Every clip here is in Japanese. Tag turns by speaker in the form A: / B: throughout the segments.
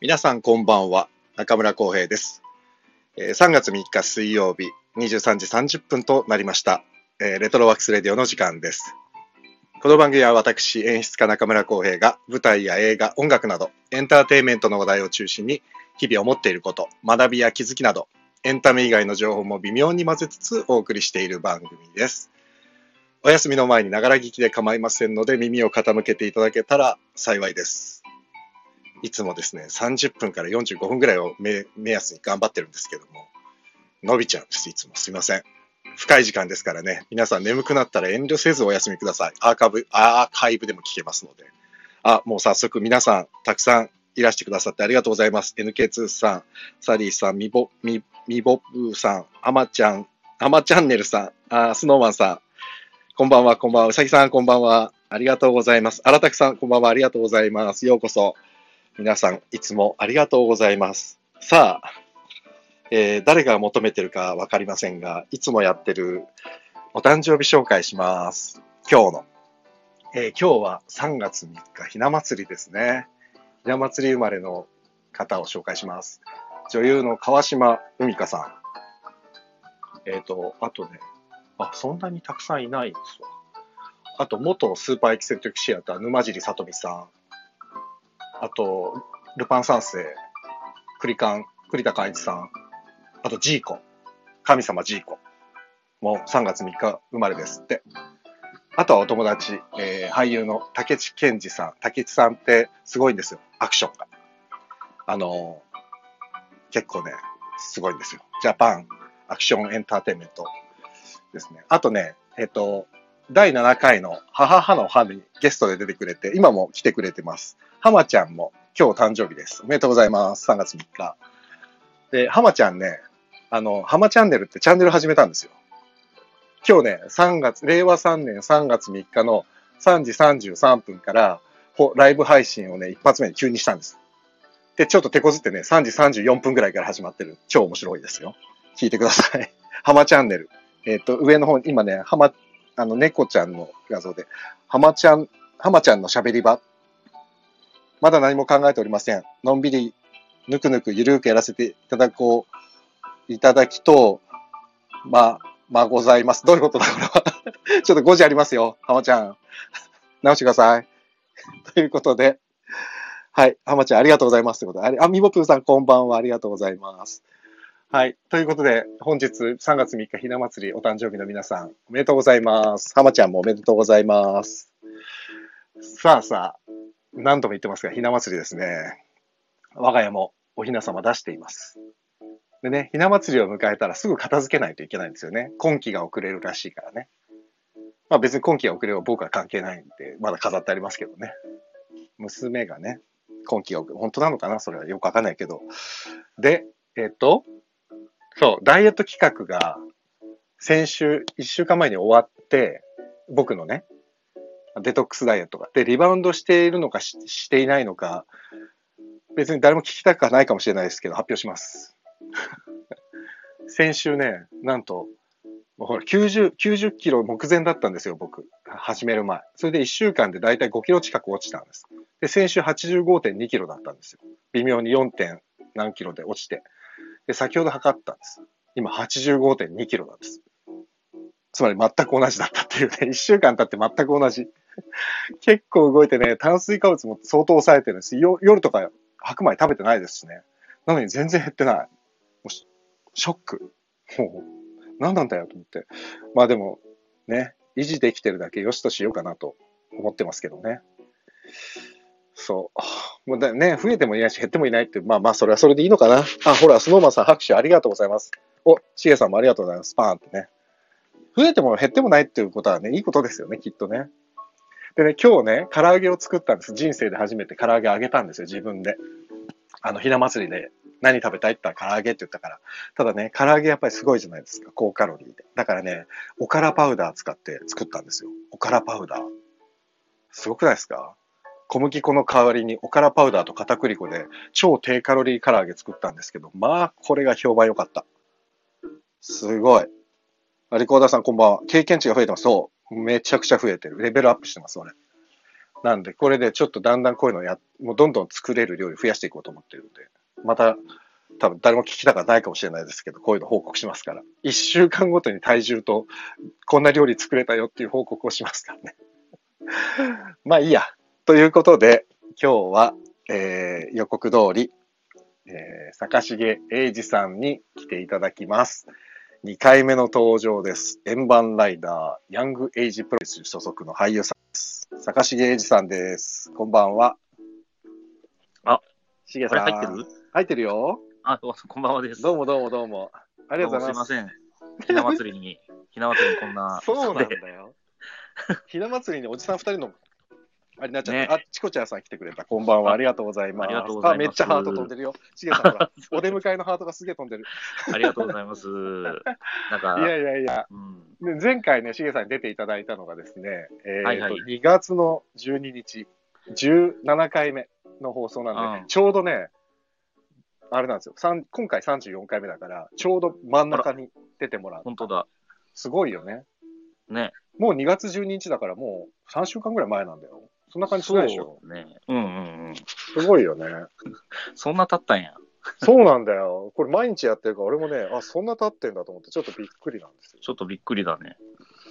A: 皆さんこんばんは中村浩平です、えー3月3日水曜日23時30分となりました、えーレトロワークスレディオの時間ですこの番組は私演出家中村浩平が舞台や映画音楽などエンターテインメントの話題を中心に日々思っていること学びや気づきなどエンタメ以外の情報も微妙に混ぜつつお送りしている番組ですお休みの前にながら聞きで構いませんので耳を傾けていただけたら幸いですいつもですね、30分から45分ぐらいを目目安に頑張ってるんですけども、伸びちゃうんです、いつも。すいません。深い時間ですからね、皆さん眠くなったら遠慮せずお休みください。アーカイブ、アーカイブでも聞けますので。あ、もう早速皆さん、たくさんいらしてくださってありがとうございます。NK2 さん、サリーさん、みぼ、み、みぼぶーさん、あまちゃん、あまチャンネルさん、あースノーマンさん、こんばんは、こんばんは。うさぎさん、こんばんは。ありがとうございます。あらたくさん、こんばんは。ありがとうございます。ようこそ。皆さん、いつもありがとうございます。さあ、えー誰が求めてるかわかりませんが、いつもやってるお誕生日紹介します。今日の。えー今日は3月3日、ひな祭りですね。ひな祭り生まれの方を紹介します。女優の川島海香さん。えっ、と、あとね、あ、そんなにたくさんいないんですわ。あと、元スーパーエキセントリックシアター、沼尻さとみさん。あと、ルパン三世、栗カン、栗田寛一さん。あと、ジーコ。神様ジーコ。もう3月3日生まれですって。あとはお友達、えー俳優の竹地健二さん。竹地さんってすごいんですよ。アクションが。あのー結構ね、すごいんですよ。ジャパンアクションエンターテインメントですね。あとね、えっ、と、第7回の母母の歯にゲストで出てくれて、今も来てくれてます。ハマちゃんも今日誕生日です。おめでとうございます。3月3日。で、ハマちゃんね、あの、ハマチャンネルってチャンネル始めたんですよ。今日ね、3月、令和3年3月3日の3時33分から、ほライブ配信をね、一発目に急にしたんです。で、ちょっと手こずってね、3時34分ぐらいから始まってる。超面白いですよ。聞いてください。 ハマチャンネル。えっ、と、上の方に、今ね、ハマ、あの、猫ちゃんの画像で、ハマちゃん、ハマちゃんの喋り場まだ何も考えておりません。のんびり、ぬくぬく、ゆるくやらせていただこう、いただきとう、ま、まございます。どういうことだ、これは。 ちょっと5時ありますよ、浜ちゃん。直してください。 ということで、はい、浜ちゃんありがとうございます。ということで、あれ、あ、みぼぷーさんこんばんは、ありがとうございます。はい。ということで、本日3月3日ひな祭りお誕生日の皆さん、おめでとうございます。浜ちゃんもおめでとうございます。さあさあ、何度も言ってますが、ひな祭りですね。我が家もおひな様出しています。でね、ひな祭りを迎えたらすぐ片付けないといけないんですよね。今期が遅れるらしいからね。まあ別に今期が遅れは僕は関係ないんで、まだ飾ってありますけどね。娘がね、今期が遅れ、本当なのかなそれはよくわかんないけど。で、えっと、そう、ダイエット企画が先週、1週間前に終わって、僕のね、デトックスダイエットが。で、リバウンドしているのかししていないのか、別に誰も聞きたくはないかもしれないですけど、発表します。 先週ね、なんと、もうほら90、90キロ目前だったんですよ、僕。始める前。それで1週間でだいたい5キロ近く落ちたんです。で、先週85.2キロだったんですよ。微妙に 4. 点何キロで落ちて。で、先ほど測ったんです。今85.2キロなんです。つまり全く同じだったっていうね、1週間経って全く同じ。 結構動いてね、炭水化物も相当抑えてるんです。よ夜とか白米食べてないですしね。なのに全然減ってない。もうシショック。もう、何なんだよと思って。まあでも、ね、維持できてるだけよしとしようかなと思ってますけどね。そう。もうだね、増えてもいないし減ってもいないって、まあまあそれはそれでいいのかな。あ、ほら、スノーマンさん拍手ありがとうございます。お、シゲさんもありがとうございます。パーンってね。増えても減ってもないっていうことはね、いいことですよね、きっとね。でね、今日ね、唐揚げを作ったんです。人生で初めて唐揚げあげたんですよ、自分で。あの、ひな祭りで何食べたいって言ったら唐揚げって言ったから。ただね、唐揚げやっぱりすごいじゃないですか、高カロリーで。だからね、おからパウダー使って作ったんですよ。おからパウダー。すごくないですか小麦粉の代わりにおからパウダーと片栗粉で超低カロリー唐揚げ作ったんですけど、まあ、これが評判良かった。すごい。あリコーダーさんこんばんは。経験値が増えてます。そう。めちゃくちゃ増えてる。レベルアップしてます、俺。なんで、これでちょっとだんだんこういうのや、もうどんどん作れる料理増やしていこうと思ってるんで、また、多分誰も聞きたくはないかもしれないですけど、こういうの報告しますから。一週間ごとに体重と、こんな料理作れたよっていう報告をしますからね。 まあいいや。ということで、今日は、えー予告通り、えー坂重英二さんに来ていただきます。2回目の登場です。円盤ライダー、ヤングエイジプロレス所属の俳優さんです。坂重英二さんです。こんばんは。
B: あ、
A: 重
B: あ
A: さん。
B: れ入ってる
A: 入ってるよ。
B: あ、どうもこんばんはです。
A: どうもどうもどうも。あ
B: あ
A: りがとうございます。
B: すいません。ひな祭りに、 ひな祭りにこんな。
A: そう なん
B: で
A: だよ。ひな祭りにおじさん二人の、あれになっちゃった。あ、チコちゃんさん来てくれた。こんばんは。ありがとうございます。
B: ありがとうございます
A: あめっちゃハート飛んでるよ。しげさん、ほ ら、お出迎えのハートがすげえ飛んでる。
B: ありがとうございます。なんか、
A: いやいやいや。
B: うん、
A: で前回ね、しげさんに出ていただいたのがですね、えーと
B: はいはい
A: 2月の12日、17回目の放送なんで、
B: うん
A: ちょうどね、あれなんですよ、さん今回34回目だから、ちょうど真ん中に出てもらう。
B: 本当だ。
A: すごいよね。
B: ね。
A: もう2月12日だからもう3週間ぐらい前なんだよ。そんな感じしないでしょ。
B: そうね。うんうんうん。
A: すごいよね。
B: そんな経ったんや。
A: そうなんだよ。これ毎日やってるから、俺もね、あ、そんな経ってんだと思って、ちょっとびっくりなんですよ。
B: ちょっとびっくりだね。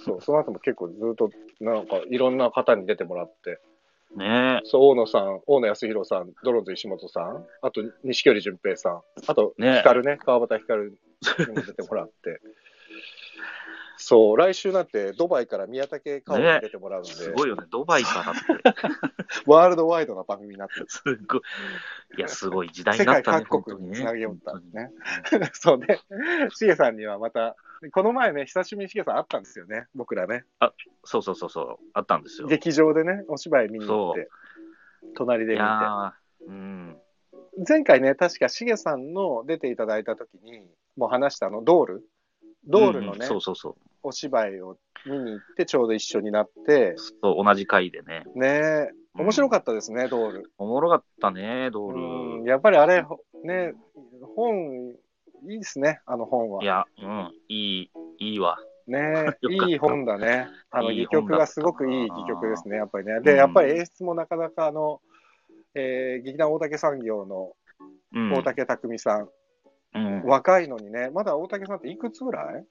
A: そう、その後も結構ずっと、なんかいろんな方に出てもらって、
B: ね
A: そう、大野さん、大野康弘さん、ドロンズ石本さん、あと錦織淳平さん、あと、
B: ね
A: 光ね、川端光にも出てもらって。そう、来週なんてドバイから宮武香織に出てもらうん
B: え。
A: で、
B: すごいよね。ドバイからって。
A: ワールドワイドな番組になってる
B: すごい。いや、すごい時代
A: 世
B: に
A: 界
B: なったね。
A: 各
B: 本当
A: 国
B: に
A: に
B: ね
A: つなげよったんです
B: 本
A: ね。 そうね。しげさんにはまた、この前ね、久しぶりにしげさん会ったんですよね、僕らね。
B: 当にそうそうそうそう。あったんですよ。い
A: 劇場でね、お芝居見に行って、隣で見て。
B: やーうん。
A: 前回ね、確かしげさんの出ていただいた時に、もう話したあの、ドールドールの
B: うんう
A: ね
B: ん、そうそうそう。
A: お芝居を見に行って、ちょうど一緒になって、
B: そう同じ回でね。
A: ねえ面白
B: っ
A: かったですね、ドール。
B: た。おもろかったね、ドール。
A: うん、やっぱりあれ、ね、本、いいですね、あの本は。
B: いや、うん、いい、いいわ。
A: ねえ、
B: よかった
A: いい本だね。あの、
B: いい
A: 戯
B: 本
A: 曲
B: だった
A: がすごくいい戯曲ですね、やっぱりね。
B: う
A: で、
B: ん
A: やっぱり演出もなかなか、あの、えー劇団大竹産業の
B: うん、
A: 大竹匠さん、
B: うん、
A: 若いのにね、まだ大竹さんっていくつぐらい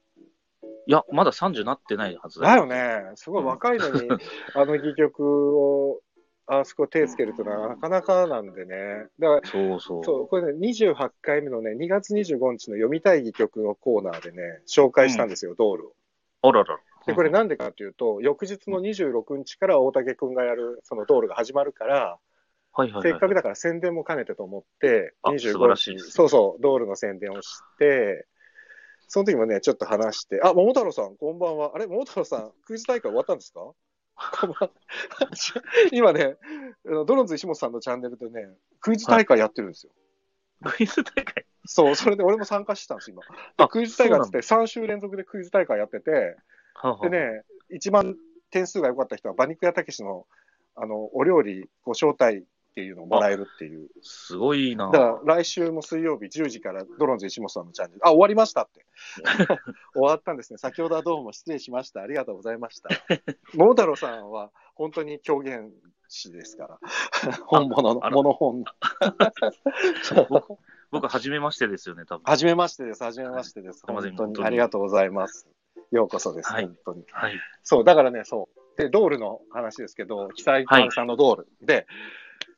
B: いや、まだ30なってないはず
A: だ
B: だ
A: よ
B: よ。
A: ね。すごい若いの に、あの戯曲を、あそこ手つけるというのはなかなかなんでね。だから、
B: そうそう。
A: そう、これね、28回目のね、2月25日の読みたい戯曲のコーナーでね、紹介したんですよ、道路を。
B: あららら。
A: で、これなんでかというと、翌日の26日から大竹くんがやる、その道路が始まるから、
B: はいはい、はい。
A: せっかくだから宣伝も兼ねてと思って、
B: あ素晴
A: 25
B: らしい
A: 日
B: ですね
A: そうそう、道路の宣伝をして、その時もね、ちょっと話して、あ、桃太郎さん、こんばんは。あれ、桃太郎さん、クイズ大会終わったんですか こんばんは今ね、あのドロンズ石本さんのチャンネルでね、クイズ大会やってるんですよ。
B: クイズ大会。
A: そう、それで俺も参加してたんです、今。で
B: あ
A: クイズ大会っつ
B: そ
A: っ
B: う
A: て、3週連続でクイズ大会やってて、
B: はあはあ
A: で、ね、一番点数が良かった人は、馬肉屋たけしの、あの、お料理ご招待っていうのをもらえるっていう。
B: すごいな
A: だ。から、来週も水曜日10時から、ドローンズ石本さんのチャンネル。あ、終わりました って。終わったんですね。先ほどはどうも失礼しました。ありがとうございました。桃太郎さんは、本当に狂言師ですから。本物の
B: あ、ら
A: 物本の。 そう
B: 僕、初めましてですよね、多分。
A: はじめましてです。はじめましてです。
B: はい
A: 本当
B: 本当
A: に。
B: に
A: ありがとうございます。ようこそです。
B: はい
A: 本当に。
B: はい。
A: そう、だからね、そう。で、ドールの話ですけど、被災館さんのドール。で、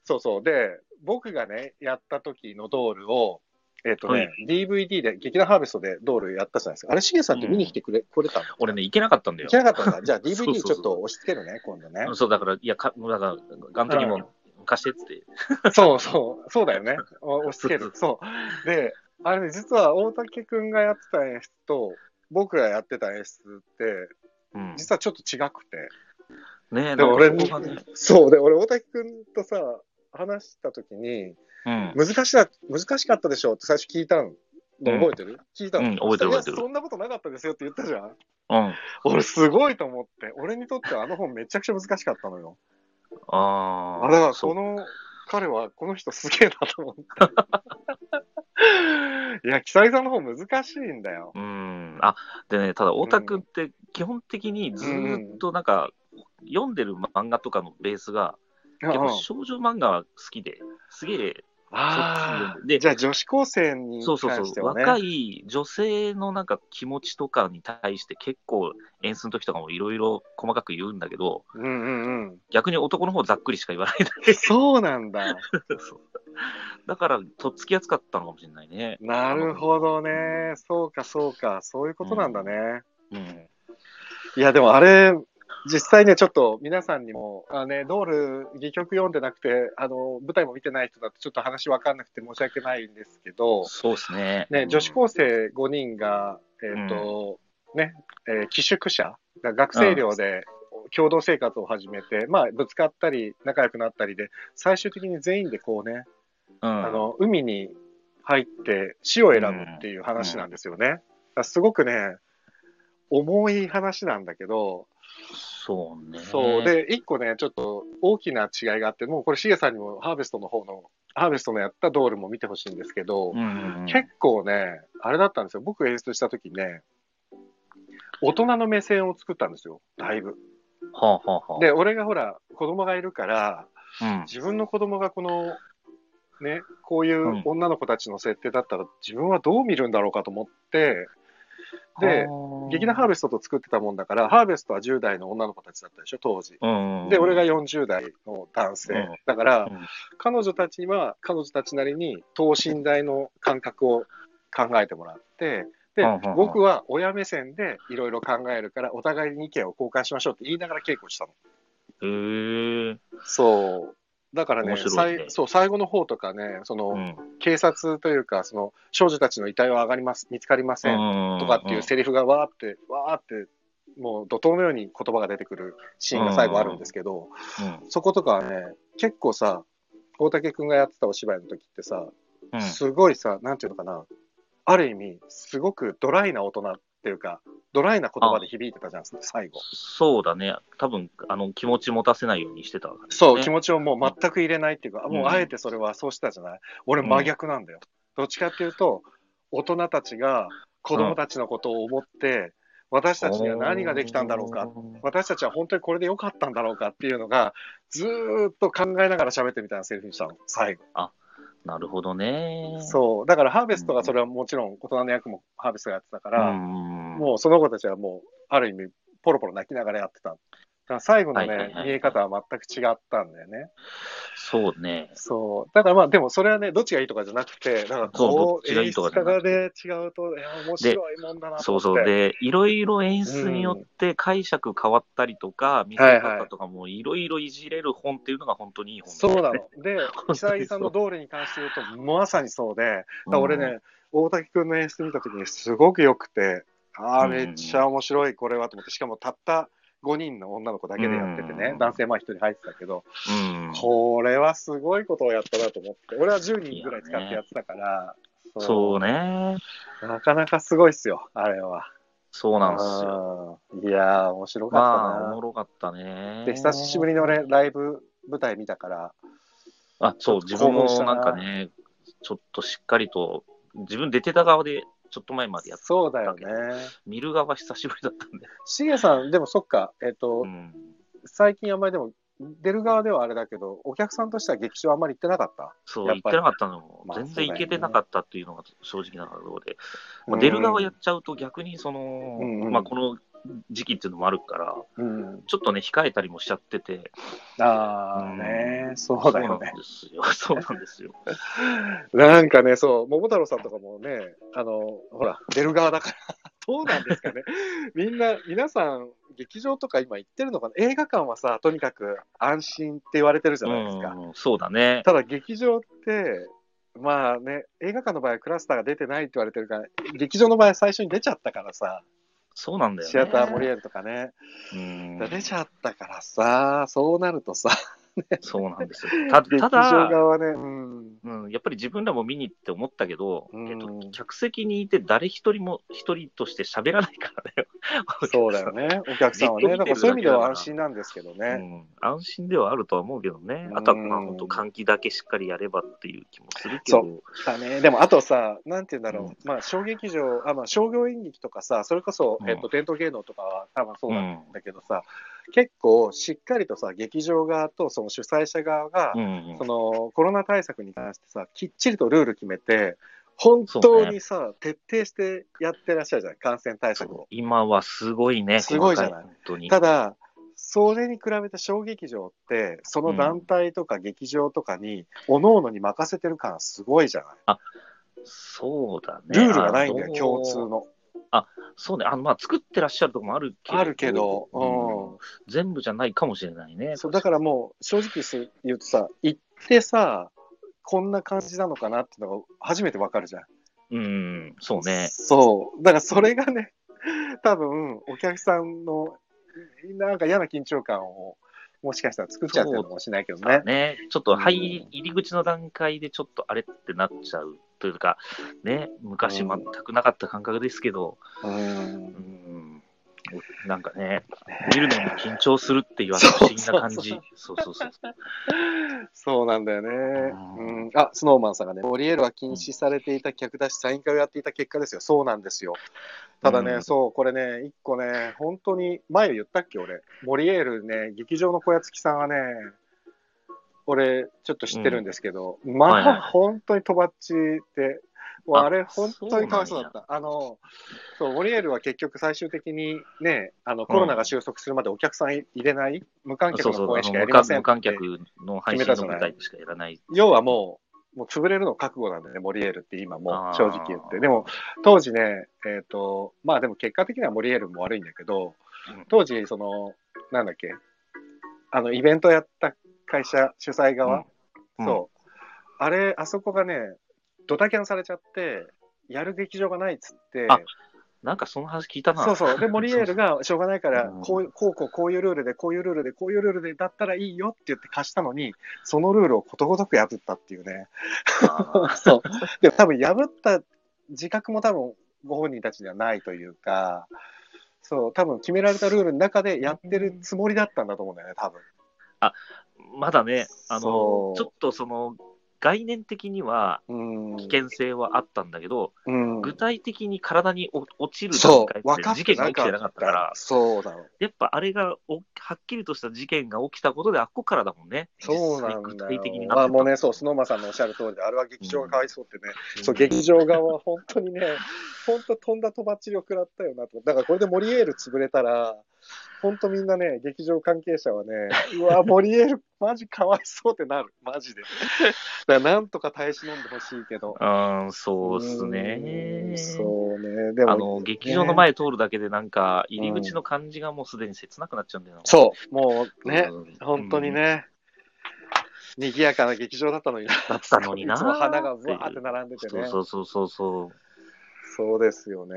A: そうそう。で、僕がね、やった時のドールを、えっ、とね、
B: はい
A: DVD で、劇団ハーベストでドールやったじゃないですか。あれ、しげさんって見に来てくれ、来れたの
B: 俺ね、行けなかったん
A: 行
B: だよ
A: け。なかったん だ。じゃあ
B: そうそう
A: DVD ちょっと押し付けるね、今度 ね。
B: そう、だから、いや、かだから、ガントにも貸してって。
A: そうそう、そうだよね。お押し付ける。そう。で、あれね、実は大竹くんがやってた演出と、僕がやってた演出って、
B: うん。
A: 実はちょっと違くて。
B: ねえ、
A: でも
B: な
A: 俺
B: んかそこがね、
A: そう、で、俺、大竹くんとさ、話したときに、
B: うん。
A: 難しな、難しかったでしょって最初聞いたの。覚えてる、聞いたの、
B: うん覚えてる
A: いや
B: 覚えてる
A: そんなことなかったですよって言ったじゃん。
B: うん。
A: 俺、すごいと思って。俺にとってはあの本めちゃくちゃ難しかったのよ。
B: あ
A: あ
B: あ。
A: だから
B: そ
A: こ
B: う。
A: の彼はこの人すげえなと 思って。いや、キサイさんの方難しいんだよ。
B: うん。あ、でね、ただ、オタクって基本的にずーっとなんか、読んでる漫画とかのベースが、で
A: うん
B: も少女漫画は好きで、すげえ、
A: ああ、
B: で
A: じゃあ女子高生に
B: そ
A: 関
B: うそう
A: し
B: そ
A: て
B: う、
A: はね。
B: 若い女性のなんか気持ちとかに対して結構演出の時とかもいろいろ細かく言うんだけど、
A: うんうんうん。
B: 逆に男の方ざっくりしか言わないんだけ
A: そうなんだ。
B: ど、そう だからとっつきやすかったのかもしれないね。
A: なるほどね。そうかそうか。そういうことなんだね。
B: うん。
A: いや、でもあれ、実際ね、ちょっと皆さんにも、あね、ドール、戯曲読んでなくて、あの、舞台も見てない人だとちょっと話わかんなくて申し訳ないんですけど、
B: そうですね。
A: ね、女子高生5人が、えっ、と、ね、えー寄宿舎が学生寮で共同生活を始めて、まあ、ぶつかったり、仲良くなったりで、最終的に全員でこうね、
B: うん、
A: あの、海に入って死を選ぶっていう話なんですよね。だからすごくね、重い話なんだけど、
B: そうね。
A: そう。、で、一個ね、ちょっと大きな違いがあって、もうこれ、シゲさんにもハーベストの方の、ハーベストのやったドールも見てほしいんですけど、
B: うんうんうん、
A: 結構ね、あれだったんですよ。僕演出した時ね、大人の目線を作ったんですよ、だいぶ。
B: はあはあはあ、
A: で、俺がほら、子供がいるから、
B: うん、
A: 自分の子供がこの、ね、こうい
B: うん
A: う女の子たちの設定だったら、自分はどう見るんだろうかと思って、で、劇団ハーベストと作ってたもんだから、ハーベストは10代の女の子たちだったでしょ、当時。
B: うんうん、
A: で、俺が40代の男性。
B: うん
A: だから、
B: うん
A: 彼女たちには、彼女たちなりに、等身大の感覚を考えてもらって、で
B: うんうんうん、
A: 僕は親目線でいろいろ考えるから、お互いに意見を交換しましょうって言いながら稽古したの。
B: へー
A: そう。だからね、
B: 面白いね
A: さいそう最後の方とかね、その、
B: うん
A: 警察というか、その少女たちの遺体は上がります、見つかりませんとかっていうセリフがわーって、わーって、もう怒涛のように言葉が出てくるシーンが最後あるんですけど、
B: うん
A: そことかはね、結構さ、大竹くんがやってたお芝居の時ってさ、
B: うん
A: すごいさ、なんていうのかな、ある意味、すごくドライな大人っていうか、ドライな言葉で響いてたじゃん、最後。
B: そうだね、多分あの気持ち持たせないようにしてたわけ
A: そう、
B: ね
A: 気持ちをもう全く入れないっていうか、
B: ん
A: もうあえてそれはそうしたじゃない。俺真逆なんだよ。どっちかっていうと、大人たちが子供たちのことを思って、私たちには何ができたんだろうか、私たちは本当にこれで良かったんだろうかっていうのが、ずーっと考えながら喋ってみたいなセリフにしたの、最後。
B: なるほどね。
A: そう、だからハーベストがそれはもちろん大人の役もハーベストがやってたか
B: う
A: ら、
B: ん。
A: もうその子たちはもう、ある意味、ポロポロ泣きながらやってた。だから最後のね、
B: はいはいはい
A: 見え方は全く違ったんだよね。
B: そうね。
A: そう。だからまあ、でもそれはね、どっちがいいとかじゃなくて、なんかこう、
B: そうどっちがいいとかじゃなく
A: 演出家がね、違うと、いや、面白いもんだなと
B: そ
A: 思
B: う
A: って。
B: そう。で、いろいろ演出によって解釈変わったりとか、見せ方とかもいろいろいじれる本っていうのが本当にいい本だ
A: そう
B: よね
A: なの。 で、
B: 当に
A: 久井さんの道理に関して言うと、まさにそうで、だから俺
B: うん
A: ね、大竹くんの演出見たときにすごく良くて、ああ、
B: うん
A: めっちゃ面白い、これはと思って、しかもたった5人の女の子だけでやっててね、
B: うん
A: 男性まあ1人入ってたけど、
B: うん
A: これはすごいことをやったなと思って、俺は10人ぐらい使ってやってたから、
B: そうね。
A: うなかなかすごいっすよ、あれは。
B: そうなんですよ。
A: うんいやー、面白
B: ま
A: かった
B: あ、お
A: な。
B: もろかったね。
A: で、久しぶりに俺、ライブ舞台見たから、
B: あ、そう、
A: ちょ
B: 自
A: っと
B: 分
A: 興奮
B: も
A: したな
B: なんかね、ちょっとしっかりと、自分出てた側で、ちょっと前までやって、
A: そうだよね。
B: 見る側久しぶりだったんで。
A: しげさん、でもそっか、えっ、と、
B: うん。
A: 最近あんまりでも、出る側ではあれだけど、お客さんとしては劇場あんまり行ってなかった。
B: そう、
A: や
B: 行
A: っ
B: っ
A: ぱ
B: て
A: り
B: なかったのも、
A: まあ
B: 全然行けてなかったっていうのが正直なところで、まあ、出る側やっちゃうと逆にその、
A: うんうん
B: まあ、この時期っていうのもあるから、
A: うん。
B: ちょっとね、控えたりもしちゃってて、
A: ああね、そうだよね。
B: そうなんですよ。そう なんですよ。
A: なんかね、そう、桃太郎さんとかもね、あの、ほら、出る側だから、 どうなんですかね。みんな、皆さん、劇場とか今行ってるのかな映画館はさ、とにかく安心って言われてる じゃないですか。
B: うん、そうだね。
A: ただ、劇場って、まあね、映画館の場合はクラスターが出てないって言われてるから、劇場の場合は最初に出ちゃったからさ、
B: そうなんだよね。
A: シアターモリエールとかね、
B: うん
A: だから出ちゃったからさ、そうなるとさ、
B: そうなんですよ。た
A: 劇場
B: ただ、
A: 側ね、うん。
B: うん、やっぱり自分らも見に行って思ったけど、
A: うん
B: えっと、客席にいて誰一人も一人として喋らないからだよ。
A: そうだよね、お客さんはね、だ
B: じっと見てるだけだから
A: からそういう意味では安心なんですけどね。
B: うん、安心ではあるとは思うけどね、
A: うん
B: あとはまあ本当、換気だけしっかりやればっていう気もするけど、
A: だね。でも、あとさ、なんて言うんだろう。
B: うん
A: まあ、小劇場、あ、まあ、商業演劇とかさ、それこそ、
B: うん
A: えっと、伝統芸能とかは多分そう
B: う
A: なん
B: ん
A: だけどさ、結構しっかりとさ、劇場側とその主催者側が、
B: うん
A: そのコロナ対策に関してさ、きっちりとルール決めて、本当にさ、徹底してやってらっしゃるじゃない、感染対策を。
B: 今はすごいね、
A: すごいじゃない
B: 細か本当に。
A: ただ、それに比べて小劇場って、その団体とか劇場とかに、各々に任せてる感すごいじゃない。
B: そうだね。
A: ルールがないんだ
B: あ
A: よ、
B: の
A: 共通。の。
B: そうね、あのまあ、作ってらっしゃるとこもあるけど、
A: あるけど、
B: うん
A: うん
B: 全部じゃないかもしれないね。
A: そうだからもう、正直す言うとさ、行ってさ、こんな感じなのかなっていうのが初めてわかるじゃん。
B: うん、そうね。
A: そう。だからそれがね、多分、お客さんの、なんか嫌な緊張感を、もしかしたら作っちゃってるのかもしれないけどね。
B: ね、ちょっと入り
A: うん
B: 入り口の段階でちょっとあれってなっちゃうというか、ね、昔全くなかった感覚ですけど、
A: うん
B: う。ん、なんかね、見るのに緊張するって言われる不思議な感じ。そうそうそう。
A: そうなんだよね。う
B: うん
A: ん。あ、スノーマンさんがね、モリエールは禁止されていた客だし、サイン会をやっていた結果ですよ。そうなんですよ。ただね、
B: うん
A: そう、これね、一個ね、本当に、前言ったっけ、俺。モリエールね、劇場の小屋付きさんはね、俺、ちょっと知ってるんですけど、まあ、
B: はいはい
A: 本当にとばっちで、もう
B: あ
A: あれ、本当にかわいそうだっ
B: そ
A: た。あの、そう、モリエールは結局最終的にね、あの、コロナが収束するまでお客さん入れない、無観客
B: そう
A: の
B: そう
A: 公演しかや
B: 無
A: りま
B: 観
A: せん
B: 無
A: って
B: 観客の配信の舞台でしかやらない。
A: 要はもう、もう潰れるの覚悟なんだよね、モリエールって今も
B: あ
A: う、
B: ー
A: 正直言って。でも、当時ね、えっ、と、まあでも結果的にはモリエールも悪いんだけど
B: うん、
A: 当時、その、なんだっけ、あの、イベントやった会社、主催側、
B: うん
A: そう。あれ、あそこがね、ドタキャンされちゃって、やる劇場がないっつって、
B: あなんかその話聞いたな。
A: そうそう。で、モリエールが、しょうがないから
B: うん、
A: こう、こう、こう、こういうルールで、こういうルールで、こういうルールで、だったらいいよって言って貸したのに、そのルールをことごとく破ったっていうね。
B: あー
A: そう。 でも多分破った自覚も多分ご本人たちにはないというか、そう、多分決められたルールの中でやってるつもりだったんだと思うんだよね、多分。
B: まだね、あの、ち
A: そ
B: ょ
A: う
B: っとその、概念的には
A: うん。
B: 危険性はあったんだけど、
A: うん。
B: 具体的に体にお落ちる段
A: そう、
B: 階
A: 分
B: で
A: かって
B: 事件が
A: な
B: 起き
A: か
B: てなか
A: っ
B: ったから
A: た。、そうだろう。
B: やっぱあれがおはっきりとした事件が起きたことで、あっこからだもんね。
A: そうなんだ
B: 実際具体的に
A: よ。ま
B: なってた
A: あもうね、そう、スノーマンさんのおっしゃる通りで、あれは劇場がかわいそうってね、そう、劇
B: 場。
A: 場側は本当にね、本当飛んだとばっちりを食らったよなと。だからこれでモリエール潰れたら、本当みんなね、劇場関係 者はね、うわ、モリエール、マジかわいそうってなる、マジで。だからなんとか耐え忍んでほしいけど。
B: うん、そうっすね
A: う。んそうね、でも。
B: あの、劇場の前通るだけで、なんか、入り口の感じがもうすでに切なくなっちゃうんだよな。
A: そう、もうね、
B: うん
A: 本当に。ね、賑やかな劇場だったのにな。
B: だったのにな
A: いつも花がぶわーって並んでて
B: そ
A: ね。
B: う
A: そう
B: そうそうそうそう。
A: ですよね。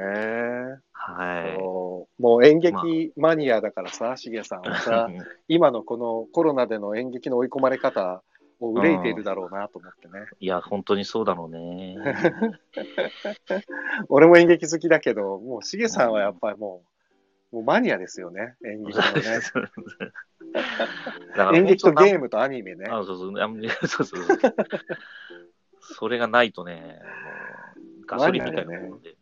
B: は
A: そうもう演
B: まあ
A: 劇マニアだからさ、しげさんは さ、
B: い。
A: 今のこのコロナでの演劇の追い込まれ方を憂いているだろうなと思ってね。
B: いや、本当にそうだろ うね。
A: 俺も演劇好きだけど、もうしげさんはやっぱりもう、もうマニアですよね、演劇のね。
B: だから
A: 演劇とゲー
B: ム、
A: ムとアニメね。
B: あそうそうあそうそうそう。それがないとね、もうガソリンみたいなもんで。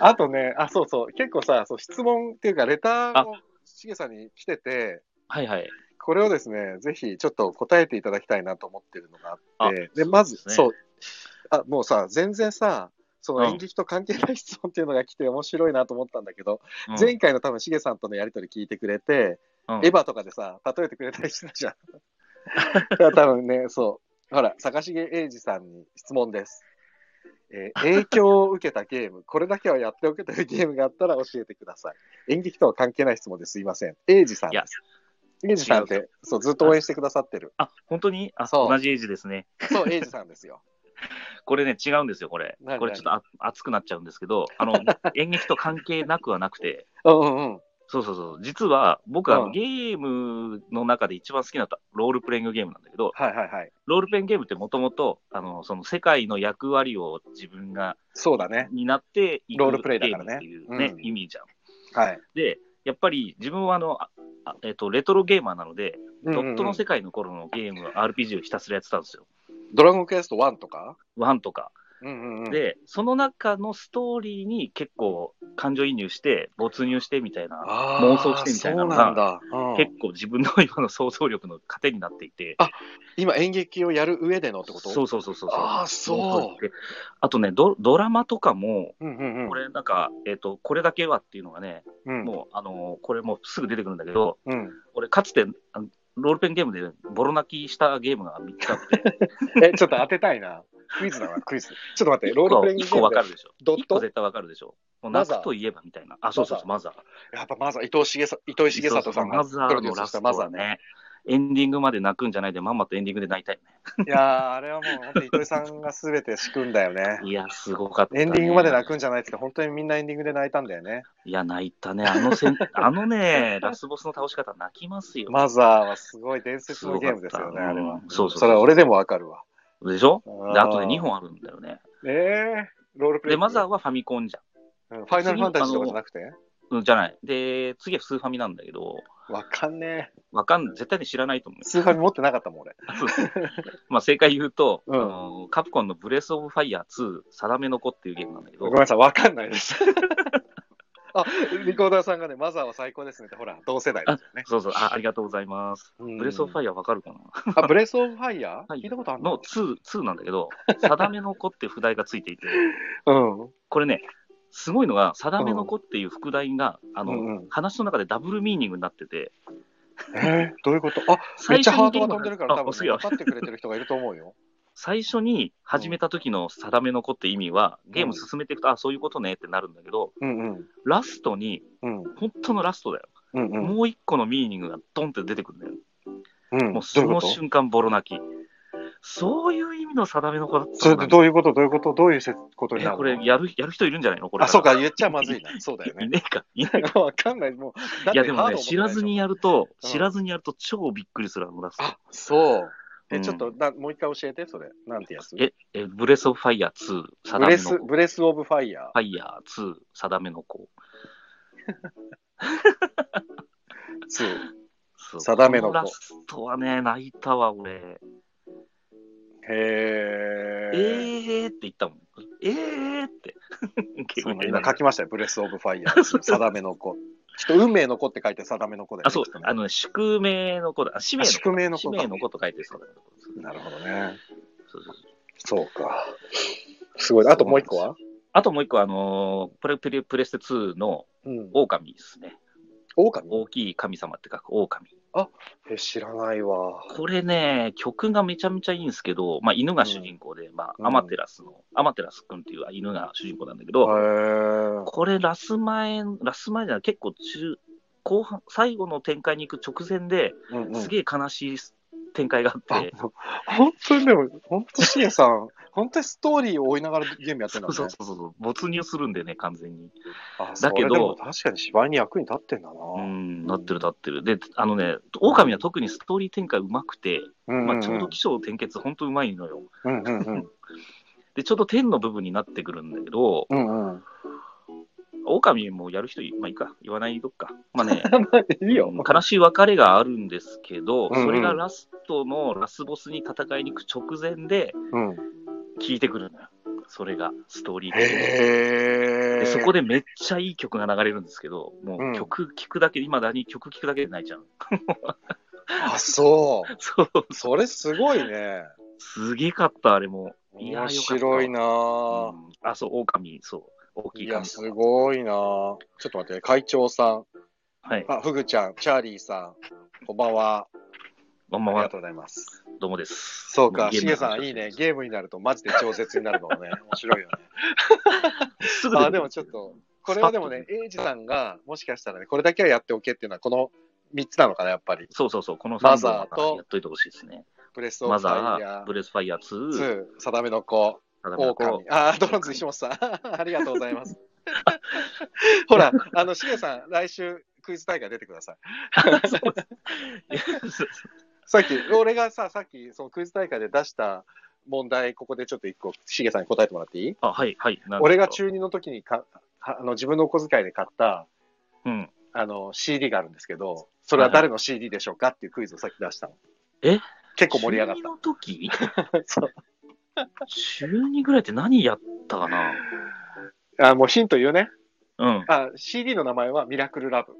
A: あとね、あ、そうそう、結構さ、そう質問っていうか、レターをしげさんに来てて、
B: はいはい。
A: これをですね、ぜひちょっと答えていただきたいなと思ってるのがあって、
B: あ
A: で、まず、
B: そうですね
A: そう、あ、もうさ、全然さ、その
B: うん
A: 演劇と関係ない質問っていうのが来て面白いなと思ったんだけど、前回の多分しげさんとのやりとり聞いてくれて、
B: うん
A: エヴァとかでさ、例えてくれたりしてたじゃん。 だから多分ね、そう。ほら、坂重英二さんに質問です。え ー影響を受けたゲーム、これだけはやっておけというゲームがあったら教えてください。演劇とは関係ない質問ですいません。英二さん
B: いや
A: です。英二さんっ
B: 違
A: て、そう、ずっと応援してくださってる。
B: あ、本当にあ、
A: そう
B: 同じエイジですね。
A: そう、英二さんですよ。
B: これね、違うんですよ、これ
A: 何。
B: これちょっとあ熱くなっちゃうんですけど、あの、演劇と関係なくはなくて、
A: うんうんうん。
B: そうそうそう、実は僕はあの
A: うん
B: ゲームの中で一番好きなロールプレイングゲームなんだけど、
A: はいはいはい。
B: ロールプレイングゲームってもともと、あの、その世界の役割を自分が
A: そうだね。
B: になっていく
A: ロールプレイだからね
B: ゲームっていうね、
A: うん
B: 意味じゃん。
A: はい。
B: で、やっぱり自分はあの、ああえっと、レトロゲーマーなので、
A: うんうんうん
B: ドットの世界の頃のゲーム、RPG をひたすらやってたんですよ。
A: ドラゴンクエスト1とか
B: ワンとか。
A: うんうんうん、
B: で、その中のストーリーに結構感情移入して、没入してみたいな、
A: あー
B: 妄想してみたいなのが
A: そうなんだ、うん
B: 結構自分の今の想像力の糧になっていて、
A: 今演劇をやる上でのってこと
B: そううそうそうそう。
A: ああ、そ
B: であとねド、ドラマとかも、
A: う。うんうんうん
B: これなんか、えっ、と、これだけはっていうのがね、
A: うん
B: もう、あのーこれもうすぐ出てくるんだけど、
A: うん、
B: 俺、かつて、あのロールペンゲームでボロ泣きしたゲームが見つかって、
A: え、ちょっと当てたいな。クイズだわ、クイズ。ちょっと待って、ロールプレイング
B: 1個わかるでしょ。
A: ドッ
B: 1個
A: ト
B: 絶対わかるでしょ。もう
A: マザー
B: 泣くといえばみたいな。あ、そうそうそう、マザー。
A: やっぱマザー、伊藤重さ伊藤重里さんが
B: マ
A: プ
B: ザ
A: ロ
B: ー
A: デュ
B: の
A: ー
B: ラ
A: スし
B: スト
A: た
B: マ
A: マ
B: ザ
A: ザ
B: ー
A: ー
B: ね。エンディングまで泣くんじゃないで、まんまとエンディングで泣いたい
A: いやー、あれはもう本当に糸井さんが全て仕組んだよね。
B: ね。いや、すごかった、ね。
A: エンディングまで泣くんじゃないですけど、本当にみんなエンディングで泣いたんだよね。
B: いや、泣いたね。あ のせんあのね、ラスボスの倒し方、泣きますよ。
A: マザーはすごい伝説のゲームですよ
B: すごかっ
A: ね、
B: た
A: あれは
B: うん。そうそうそう
A: それは俺でもわかるわ。
B: でしょ
A: うん
B: で、あとで2本あるんだよね。
A: ええロールプレイ
B: で、
A: ング。
B: マザーはファミコンじ
A: うんファイナルファンタジーとかじゃなくて
B: ゃん。うん、じゃない。で、次はスーファミなんだけど、
A: わかんねえ。
B: わかん、絶対に知らないと思うよ。
A: スーファミ持ってなかったもん、俺。
B: そう まあ正解言うと、
A: うん
B: あのカプコンのブレス・オブ・ファイヤー2、定めの子っていうゲームなんだけど
A: ごめん、なさい、わかんないです。 あ、リコーダーさんがね、マザーは最高ですねって、ほら、同世代ですよね。
B: そうそうあ、ありがとうございます。ブレス・オブ・ファ
A: イ
B: イヤーわかるかな、
A: ヤー。あ、ブレスオブファイヤ
B: は
A: ー
B: い
A: 聞いたことある
B: の
A: の
B: 2、2なんだけど、定めの子って副題がついていて、
A: うん。
B: これね、すごいのが、定めの子っていう副題が、あの、
A: うんうん
B: 話の中でダブルミーニングになってて、
A: えー、どういうことあ、めっ
B: 最
A: ち
B: 初
A: ゃハー
B: に
A: トが飛んでるから、多
B: あ
A: 分、
B: す
A: ね、
B: げえ
A: 分かってくれてる人がいると思うよ。
B: 最初に始めた時の定めの子って意味は、ゲーム進めていくと、あ、そういうことねってなるんだけど、
A: うんうん。
B: ラストに、
A: うん
B: 本当のラストだよ。
A: うんうん。
B: もう一個のミーニングがドンって出てくるんだよ。
A: うん、
B: もう
A: どう
B: そ
A: いうこ
B: の
A: と
B: 瞬間、ボロ泣き。そういう意味の定めの子だったんだ
A: それってどういうことどういうことどういうせことに
B: え
A: なるの
B: これやる、やる人いるんじゃないのこれ。
A: あ、そうか、言っちゃまず いな。そうだよ
B: い
A: ね。
B: ねえか。いない
A: わかん ない。もう、だって
B: いや、でも
A: ハード
B: ね、
A: も
B: 知らずにやると、
A: うん
B: 知らずにやると超びっくりするあのラスト。
A: あ、そう。え、
B: うん
A: ちょっとな、もう一回教えて、それ。なんてやつ
B: え、え、ブレス・オブ・ファイヤー2、定
A: ブ
B: め
A: レ
B: の
A: ス、
B: 子。フ
A: ブレスオブファイヤー。
B: ァイヤー2、定めの子。
A: 2。
B: そう
A: 定めの子
B: こラストはね、泣いたわ、俺。
A: へ
B: え
A: ー。
B: ーって言ったもん。えーって。 結
A: そう
B: 構
A: ね
B: ね
A: 今書きましたよ、ブレス・オブ・ファイヤ ー、定めの子。ちょっと運命の子って書いて、定めの子だよね。
B: あ、そう
A: きっと、ね
B: あのね、宿命の子だ。あ使命の子だ。
A: 宿命の子
B: 使
A: か
B: 命の子と書いて定めの子。
A: なるほどね。
B: そうそうそう
A: そうか。すごい。あともう一個は
B: あともう一個、あのープレプレプレステ2の
A: うん。
B: 狼ですね。
A: オオカミ
B: 大きい神様って書く狼。
A: え、知らないわ。
B: これね、曲がめちゃめちゃいいんですけど、まあ、犬が主人公で、ま
A: うん
B: あ、アマテラスの、アマテラス君っていう犬が主人公なんだけ
A: へ
B: ど、
A: ー。
B: これラス前、ラス前じゃない、結構中、後半、最後の展開に行く直前で、
A: うんうん
B: すげえ悲しい展開があって、
A: あもう本当にでも、本当、シエさん、本当にストーリーを追いながらゲームやって
B: そ
A: んだ
B: う
A: ね。
B: そうそうそう、没入するんでね、完全に。
A: あ
B: だけど
A: それでも確かに芝居に役に立ってんだな。
B: うん、なってるなってる。で、あのね、狼は特にストーリー展開うまくて、
A: うん
B: まあ、ちょうど起承転結、本当うまいのよ。
A: うんうんうん
B: で、ちょうど天の部分になってくるんだけど、
A: うんうん。
B: 狼もやる人い、まあいいか、言わないどっか。まあね、
A: いいよ。
B: 悲しい別れがあるんですけど、
A: うんうん
B: それがラストのラスボスに戦いに行く直前で
A: うん、
B: 聞いてくるのよ。それがストーリー的に
A: へ
B: で
A: え。
B: そこでめっちゃいい曲が流れるんですけど、も
A: うん
B: う曲聴くだけ、今だに曲聴くだけで泣いちゃう。
A: あ、そう。
B: そう、
A: それすごいね。
B: すげかった、あれも。いや
A: 面白いな
B: う
A: ぁ。
B: んあ、そう、狼、そう、大き
A: い
B: い
A: や、
B: 神
A: す
B: 様。
A: ごいなぁ。ちょっと待って、会長さん、
B: はい、
A: あ、フグちゃん、チャーリーさん、こんばんは。
B: こん
A: あ
B: ば
A: り
B: ん
A: が
B: は
A: と、うございます。
B: どうもです。
A: そうか、
B: ゲー
A: シ
B: ム
A: ゲ
B: の話
A: さん、いいね。ゲームになるとマジで超絶になるのもね、面白いよね。
B: すぐ出てくる
A: あでもちょっと、これはでもね、エイジさんが、もしかしたらね、これだけはやっておけっていうのは、この3つなのかな、やっぱり。
B: そうそうそう、この
A: マ
B: 3
A: ザー
B: 本は
A: と
B: やっといてほしいですね。
A: ブレス・オブ・
B: マ
A: フ
B: ザ
A: ァイ
B: ー
A: ヤ、
B: ブレスファイヤー
A: ー、
B: 2、
A: 2、定めの子、
B: 定め
A: オ
B: の
A: オカミ
B: 子。。
A: あー、ドロンズ石本さん、 ありがとうござい ます。ほら、あの、しげさん、来週、クイズ大会出てください。さっき、俺がさ、さっき、そのクイズ大会で出した問題、ここでちょっと一個、しげさんに答えてもらっていい
B: あ、はい、はい。なんか
A: 俺が中2の時にかあの自分のお小遣いで買った、
B: うん。
A: あの CD があるんですけど、それは誰の CD でしょうかっていうクイズをさっき出したの。
B: え
A: 結構盛り上がっ
B: 中二の時
A: た。そう
B: 週2ぐらいって何やったかな
A: あ、もうヒント言うね。
B: うん。
A: あ、CD の名前はミラクルラブ。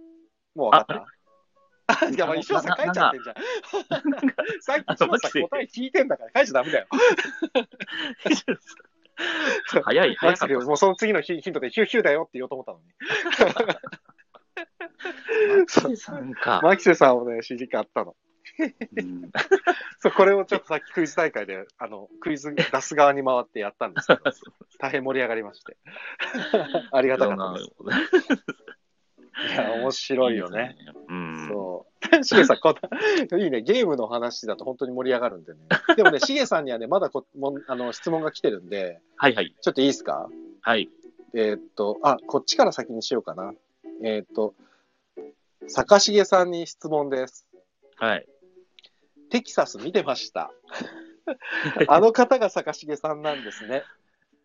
A: もう分かった。あ、 いや、まあ、石尾さん書いちゃってんじゃん。さっき石尾さん答え聞いてんだから書いちゃダメだよ。
B: 早い、早かった。
A: もうその次のヒヒントでヒューヒューだよって言おうと思ったのに。
B: マ
A: そう
B: キさんか。
A: マキセさんをね、CD 買ったの。
B: うん
A: そう、これをちょっとさっきクイズ大会で、あの、クイズ出す側に回ってやったんですけど、大変盛り上がりま して。ありがたかったです。いや、面白いよね。。
B: うん。
A: そう。しげさん、このいいね、ゲームの話だと本当に盛り上がるんでね。でもね、しげさんにはね、まだこもんあの質問が来てるんで、
B: はいはい。
A: ちょっといいですか
B: はい。
A: えーっと、あ、こっちから先にしようかな。えーっと、坂重さんに質問です。
B: はい。
A: テキサス見てま した。あの方が坂重さんなんですね。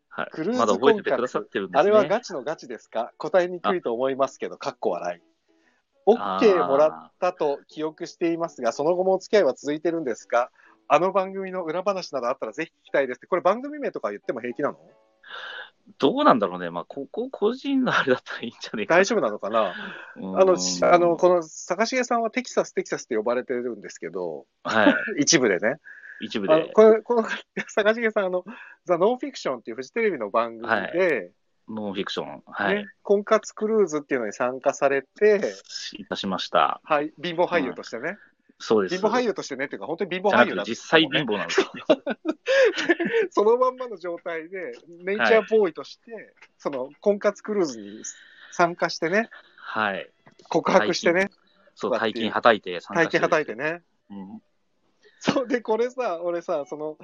B: はい
A: クルーズ
B: まだ覚えててくださってるんですね。
A: あれはガチのガチですか答えにくいと思いますけど、かっこ笑い。
B: あ
A: OK
B: ー
A: もらったと記憶していますが、その後もお付き合いは続いてるんですかあの番組の裏話などあったらぜひ聞きたいですって、これ番組名とか言っても平気なの
B: どうなんだろうね。まあ、ここ個人のあれだったらいいんじゃないか。
A: 大丈夫なのかな
B: うん
A: あの、しあの、この坂重さんはテキサス、テキサスって呼ばれてるんですけど、
B: は
A: 一部でね。
B: い。一部
A: あの
B: で。
A: この、この、 坂重さん、あの、ザ・ノンフィクションっていうフジテレビの番組で、
B: はいノンフィクション。は
A: ね
B: い。、
A: 婚活クルーズっていうのに参加されて、
B: いたしました。
A: はい、貧乏俳優としてね、
B: そうです。
A: 貧乏俳優としてねっていうか、本当に貧乏
B: じゃな
A: 俳
B: く
A: 優
B: て
A: だった、ね、
B: 実際貧乏なんですよ。
A: そのまんまの状態で、ネイチャーボーイとして、その婚活クルーズに参加してね、
B: はい。
A: 告白してね、
B: そう、
A: だって
B: 大金はたいて参加
A: 大
B: して
A: 金
B: る
A: 叩いてね。
B: うん
A: そうで、これさ、俺さ、その、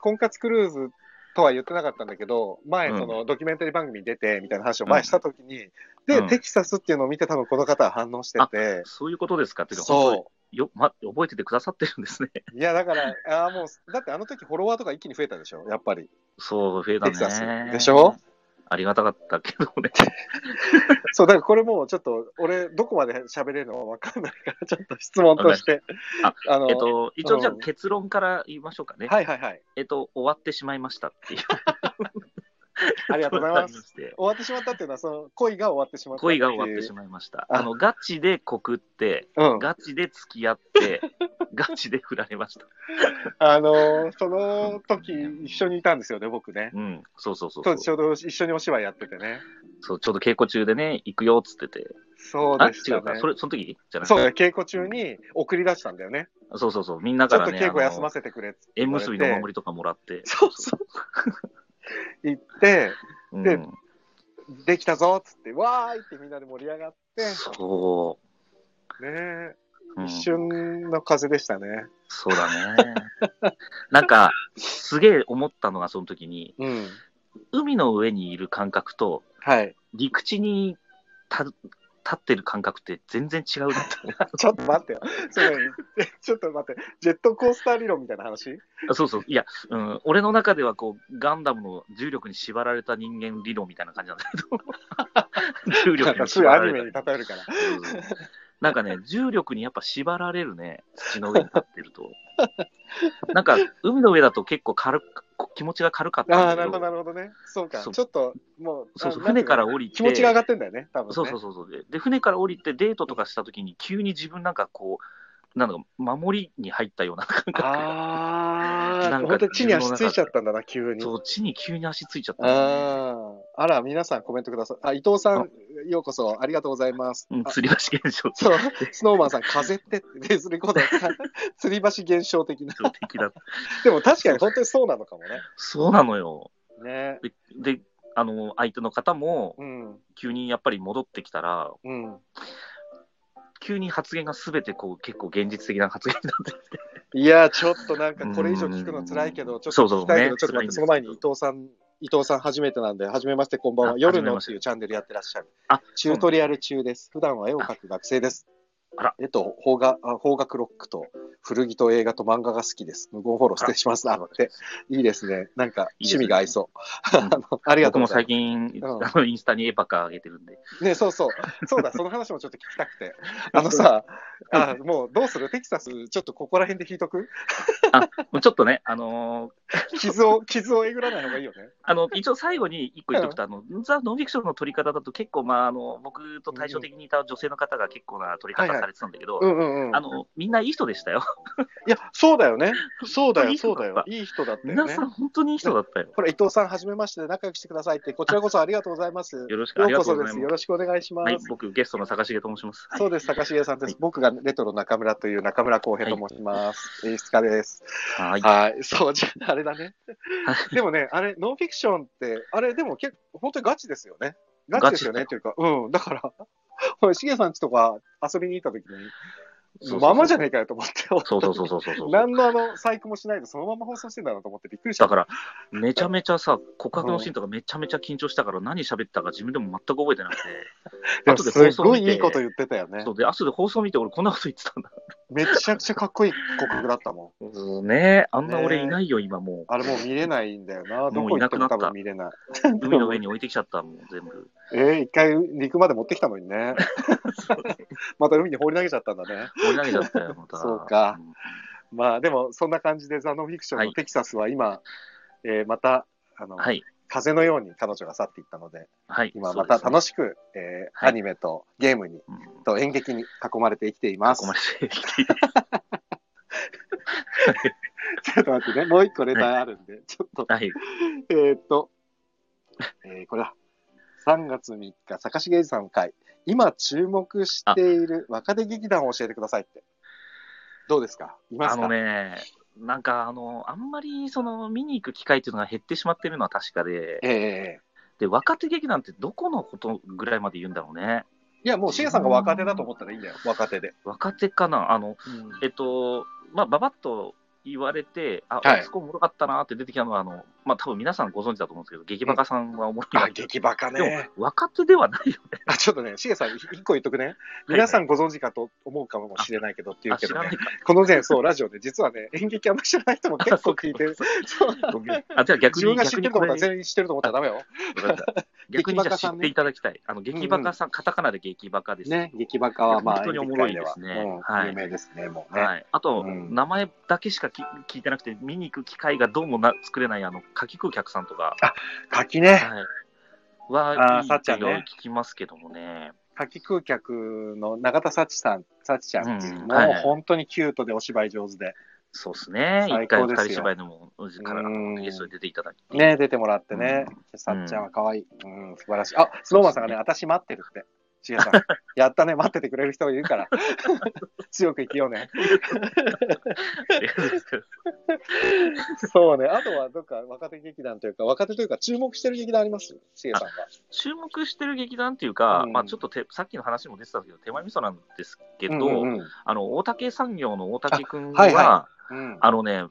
A: 婚活クルーズとは言ってなかったんだけど、前、
B: うん
A: そのドキュメンタリー番組に出てみたいな話を前したときに、で、
B: うん
A: テキサスっていうのを見て、多分この方は反応してて、
B: そういうことですかっていうか、
A: そう。
B: うよ、ま、覚えててくださってるんですね。
A: いや、だから、あーもう、だってあの時フォロワーとか一気に増えたでしょ、やっぱり。
B: そう、増えた
A: テキサス
B: ね。
A: でしょ
B: ありがたかったけどね。
A: そう、だからこれもうちょっと、俺、どこまで喋れるのかわかんないから、ちょっと質問として。
B: あ
A: あの
B: えっと、一応じゃあ
A: うん
B: 結論から言いましょうかね。
A: はいはいはい。
B: えっと、終わってしまいましたっていう。。
A: ありがとうございます
B: 終わりまして。
A: 終わってしまったっていうのは、その恋が終わってしまった
B: 恋が終わってし
A: まっ
B: まいました。
A: あ
B: あの、ガチで告って、
A: た。うん。
B: ガチで付き合って、 ガチで振られました。
A: あのーその時、一緒にいたんですよね、僕ね。
B: うん、そうそうそうそ
A: 当
B: う。
A: 時ちょうど一緒にお芝居やっててね。
B: そうちょうど稽古中でね、行くよっつってて。
A: そう
B: あ、
A: でし
B: 違
A: た
B: うか。
A: ね
B: そ。れ、その時じゃなく
A: そうだ
B: て。
A: ね、稽古中に送り出したんだよね。
B: そうそうそう。みんな
A: ち
B: か
A: ょっ
B: ら
A: と
B: ね、
A: 稽古休ま
B: せ
A: せてくれって
B: 縁
A: 言われて。
B: 結びのお守りとかもらって。
A: そうそう。行って、
B: うん
A: でできたぞっつって、わーいってみんなで盛り上がって、
B: そ
A: ね、
B: う、うん
A: 一瞬の風でしたね。
B: そうだね。 なんか、すげえ思ったのが、その時に、
A: うん。
B: 海の上にいる感覚と、
A: はい。
B: 陸地にた立ってる感覚って全然違う なって思う
A: ちょっと待ってよ。それ、ちょっと待って。ジェットコースター理論みたいな話
B: あそうそう、いや、うん、俺の中ではこう、ガンダムの重力に縛られた人間理論みたいな感じなんだけ ど、
A: な
B: 重力
A: んか
B: に
A: すぐ
B: 縛
A: ア
B: ら
A: ニ
B: れ
A: メ
B: た
A: に例えるから。
B: うん なんかね、重力にやっぱ縛られるね、土の上に立ってると。なんか、海の上だと結構軽く気持ちが軽かったん
A: あ
B: だ
A: あ、なるほ
B: けど
A: ど、なるほどね。そうか。
B: そう
A: ちょっと、もう、
B: そうそう、
A: あなんて
B: 船
A: いう
B: から
A: の
B: 降りて、
A: 気持ちが上がってんだよね、多分、ね。
B: そうそうそうそうで。で、船から降りてデートとかしたときに、急に自分なんかこう、なんだか、守りに入ったような感覚。
A: あ
B: な
A: あ、
B: んか
A: 本当に地に足ついちゃったんだな、急に。
B: そっちに急に足ついちゃった、
A: あーあら、皆さんコメントください。あ、伊藤さん、ようこそ、ありがとうございます。
B: うん、
A: あ
B: 吊り橋現象
A: そう、スノーマンさん、風ってって、レースレコーダーさん、吊り橋現象的な。
B: 的だ。
A: でも確かに本当にそうなのかも
B: そうなのよ。
A: ね。ね。
B: で、であの、相手の方も、
A: うん、
B: 急にやっぱり戻ってきたら、
A: うん。
B: 急に発言がすべてこう、結構現実的な発言になってきて。
A: いや、ちょっとなんかこれ以上聞くの辛いけど、ちょっと聞きたいけど、ちょ
B: そ
A: っと待っ
B: うそうね
A: て、その前に伊藤さん、伊藤さん初めてなんで、はじめまして、こんばんは。
B: あ
A: 夜
B: 初め
A: の
B: ま
A: っ
B: して
A: ていうチャンネルやってらっしゃる。
B: あ、
A: チュートリアル中です。普段は絵を描く学生です。
B: あら
A: 絵と邦画、あ邦楽ロックと古着と映画と漫画が好きです。無言フォロー失礼します。あって、いいですね。なんか趣味が合いそう。
B: ね
A: あのありが
B: 僕
A: とう
B: も
A: ござい
B: 最
A: ま
B: 近、
A: うん
B: あのインスタに絵ばっか上げてるんで。
A: す。ね、そうそう。そうだ、その話もちょっと聞きたくて。あのさ、あもうどうするテキサス、ちょっとここら辺で引いとく
B: もうちょっとね、あのー
A: 傷を、傷をえぐらない方がいいよね。
B: あの一応最後に一個言っとくと、あのザ・ノンフィクションの取り方だと結構、まあ、あの僕と対照的にいた女性の方が結構な取り方されてたんだけど、
A: うんうんうん。
B: あのみんないい人でしたよ。
A: いや、そうだよね。そうだ
B: い
A: よ、
B: い人
A: そう
B: だ
A: だ
B: った
A: よ。いい人だったよ
B: 皆
A: ね
B: さ。ん、本当にいい人だったよ。
A: ほら、伊藤さん、はじめましてで仲良くしてくださいって、こちらこそありがとうございます。よ
B: よろしく、あ
A: う
B: りが
A: ことそう
B: ご
A: で
B: ざい
A: す。
B: ま
A: よ
B: す。
A: ろしくお願いしま
B: はい、
A: す。
B: 僕、ゲストの坂重と申します。
A: そうです、高重さんです。僕がレトロ中村という中村浩平と申します。演出家です。
B: はい、
A: はい、そう、じゃあ、あれだね。でもね、あれ、ノンフィクションって、あれ、でも結構、本当にガチですよね。ガチですよね、
B: ガ
A: というか、うん、だから、 これ、しげさんちとか遊びに行った時
B: そうそうそう
A: に、ままじゃねえかよと思って、
B: そうそうそうそうそうそう。
A: 何のあの、細工もしないで、そのまま放送してんだなと思ってびっくりした。
B: だから、めちゃめちゃさ、告白のシーンとかめちゃめちゃ緊張したから、何喋ったか自分でも全く覚えてなくて、
A: でも
B: 後です
A: っ
B: 放
A: ご
B: 送見
A: い
B: て
A: いいこと言ってたよね
B: そ。うで、後で放送見て、俺、こんなこと言ってたんだ。
A: めちゃくちゃかっこいい告白だったもん。
B: ねえ、あんな俺いないよ、今も
A: あれもう見れないんだよな。
B: う
A: どこ行っても多分見れない。
B: う。海の上に置いてきちゃったもん、全部。
A: えー、一回陸まで持ってきたのに ね。また海に放り投げちゃったんだね。
B: 盛り上げちゃったよ、また。
A: そうか
B: ん
A: まあでもそんな感じでザ・ノンフィクション
B: は
A: の
B: い
A: テキサスは今、えーまたあの、
B: はい、
A: 風のように彼女が去っていったので、
B: はい。
A: 今また楽
B: し
A: しく、えー
B: は
A: ア
B: い
A: ニメとゲームに、
B: うん。
A: と演劇に囲まれて生きています
B: こ。までして
A: ちょっと 待ってね、もう一個レターあるんで、ちょっと、
B: はい。
A: えーっと、えーこれだ。3月3日、坂重英二さんの会、今注目している若手劇団を教えてくださいって。どうですかいます
B: あ
A: か
B: のね、なんか、あの、あんまり、その、見に行く機会っていうのが減ってしまってるのは確かで、
A: ええ
B: で、若手劇団ってどこのことぐらいまで言うんだろうね。
A: いや、もう、シゲさんが若手だと思ったらいいんだよ、若手で。
B: 若手かなあの、えっと、まあ、ばばっと言われて、あ、
A: はい
B: あそこおもろかったなって出てきたのは、あの、まあ、多分皆さんご存知だと思うんですけど、劇バカさんはおもろいな
A: あ、激バカね
B: で。も、若手ではないよね。
A: あ、ちょっとね、シゲさん、一個言っとくね。皆さんご存知かと思うかもしれないけどっていう
B: あ、
A: け
B: 知
A: ど
B: ら
A: ね
B: ない。か。
A: このね、そう、ラジオで、実はね、演劇あんま知らない人も結構聞 いてる。そう
B: ごめんあ、じゃあ逆
A: 自
B: に、
A: 分が知って
B: 逆に
A: ると
B: こ
A: 思った
B: れ
A: ら、全員知ってると思ったらダメよ。
B: 逆
A: 劇
B: にじ
A: バ
B: ゃ
A: カ
B: あ知
A: さん
B: っ
A: ね
B: ていただきたい。あの、劇バカさん、カタカナで劇バカです。
A: ね、劇バカは、まあ、
B: 本当におもろいですね
A: 演劇界では
B: はい
A: 有名ですね、もうね。
B: はい、あと、
A: うん
B: 名前だけしかき聞いてなくて、見に行く機会がどうもな作れない、あの、かき食う客さんとか、
A: 柿ね、
B: はい、
A: あ
B: は、
A: ー
B: いい
A: さっちゃんね
B: 授業聞きますけどもね。
A: 柿空客の永田幸さん、幸ちゃんっていう、
B: うん
A: も
B: はいう
A: 本当にキュートでお芝居上手で、
B: そうですね。一
A: 最
B: 回
A: 高で
B: 二
A: すよ
B: 人芝居でも、から
A: うん
B: ゲストに出ていただき。
A: ね、出てもらってね
B: う、
A: 幸、ちゃんは可愛い。うん、素晴らしい。あ、スノーマンさんがね、私待ってるって。しげ さん、やったね、待っててくれる人がいるから、強く生きようね。そうね、あとはどっか若手劇団というか、若手というか、注目してる劇団ありますしげさんが。
B: 注目してる劇団っていうか、
A: うん
B: まあちょっとてさっきの話も出てたけど、手前味噌なんですけど、
A: うんうんうん
B: あの、大竹産業の大竹くんは、
A: あ
B: あ,、
A: はいはうん
B: のね、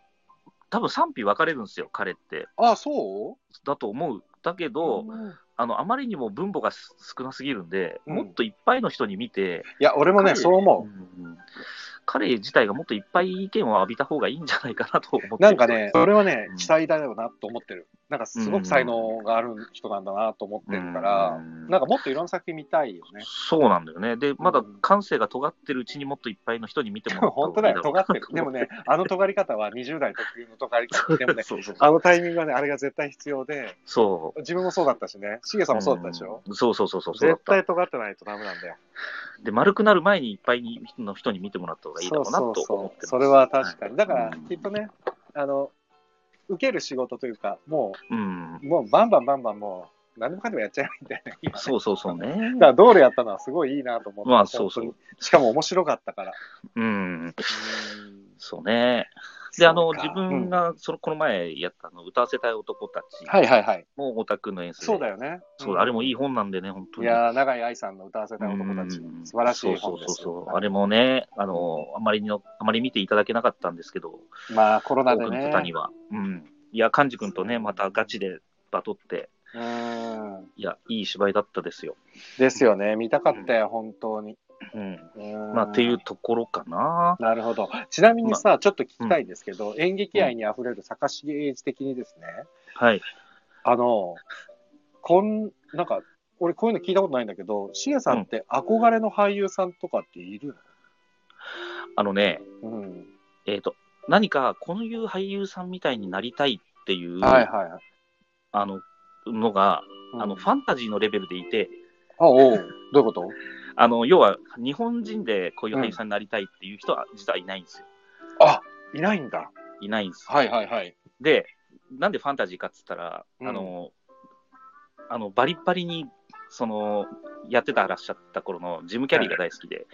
B: 多分賛否分かれるんですよ、彼って。
A: あ、そう
B: だと思う。だけど、
A: うん
B: あの、あまりにも分母がす少なすぎるんで、
A: うん
B: もっといっぱいの人に見て、
A: いや、俺もね、
B: 彼
A: そう思う
B: う。ん彼自体がもっといっぱい意見を浴びた方がいいんじゃないかなと思って
A: なんかね、それはね
B: う、ん
A: 期待だよなと思ってる。なんかすごく才能がある人なんだなと思ってるから、なんかもっといろんな作品見たいよね。
B: そうなんだよね。で、まだ感性が尖ってるうちにもっといっぱいの人に見てもらった方
A: 本当
B: が
A: だ
B: いい
A: よ、
B: ろう、
A: 尖ってる。でもね、あの尖り方は20代特有の尖り方でも ね
B: そうそう そう
A: あのタイミングはね、あれが絶対必要で、
B: そう。
A: 自分もそうだったしね、しげさんもそうだったでしょ。
B: うんそうそうそうそう。そうだ
A: 絶
B: った
A: 対尖ってないとダメなんだよ。
B: で、丸くなる前にいっぱいの人に見てもらった方がいいだろうなと思って
A: そ
B: ます
A: う。それは確かに。だから
B: うん、
A: きっとね、あの、受ける仕事というか、も
B: うん
A: う、。もうバンバンバンバンもう、何でもかんでもやっちゃえばいいんだよね、今ね
B: そうそうそうね。
A: だから道路やったのはすごいいいなと思って、
B: まあそうそう
A: 本当にしかも面白かったから。
B: うん。そうね。で、あの、自分
A: が、
B: が、その、この前やったあの、歌わせたい男たち
A: はいはいはい、
B: もオタクの演出で。
A: そうだよね。
B: そうだあれもい
A: い。
B: い本なんでね、本
A: い
B: 当に。
A: やー、永井愛さんの歌わせたい男たち
B: う、ん
A: 素晴らしい
B: そ
A: 本
B: う
A: で
B: そう
A: す
B: そうそう。あれもね、あの、あまりの、あまり見ていただけなかったんですけど、
A: まあ、コロナ
B: 多
A: で
B: くの
A: ね。
B: 方には。うん。いや、幹事君とね、またガチでバトって、
A: うん。
B: いや、いい芝居だったですよ。
A: ですよね。見たかったよ、本当に。
B: うん。
A: うん
B: まあ、っていうところかな。
A: なるほど。ちなみにさ、ちょっと聞きたいんですけど、演劇愛にあふれる坂重英二的にですね、
B: はい。
A: あの、こん、なんか、俺こういうの聞いたことないんだけど、シエさんって憧れの俳優さんとかっている
B: あのね、
A: のうん。
B: えっ、と、何か、こういう俳優さんみたいになりたいっていう、
A: はいはいはい。
B: あの、のが、あの、フ
A: ン
B: ァンタジーのレベルでいて、
A: あ、おうどういうこと
B: あの、要は、日本人でこういう俳優さんになりたいっていう人は、実はいないんですよ。
A: あ、いないんだ。
B: いないんです。
A: はいはいはい。
B: で、なんでファンタジーかっつったら、
A: うん
B: あの、あの、バリッバリに、その、やってたらっしゃった頃のジム・キャリーが大好きで、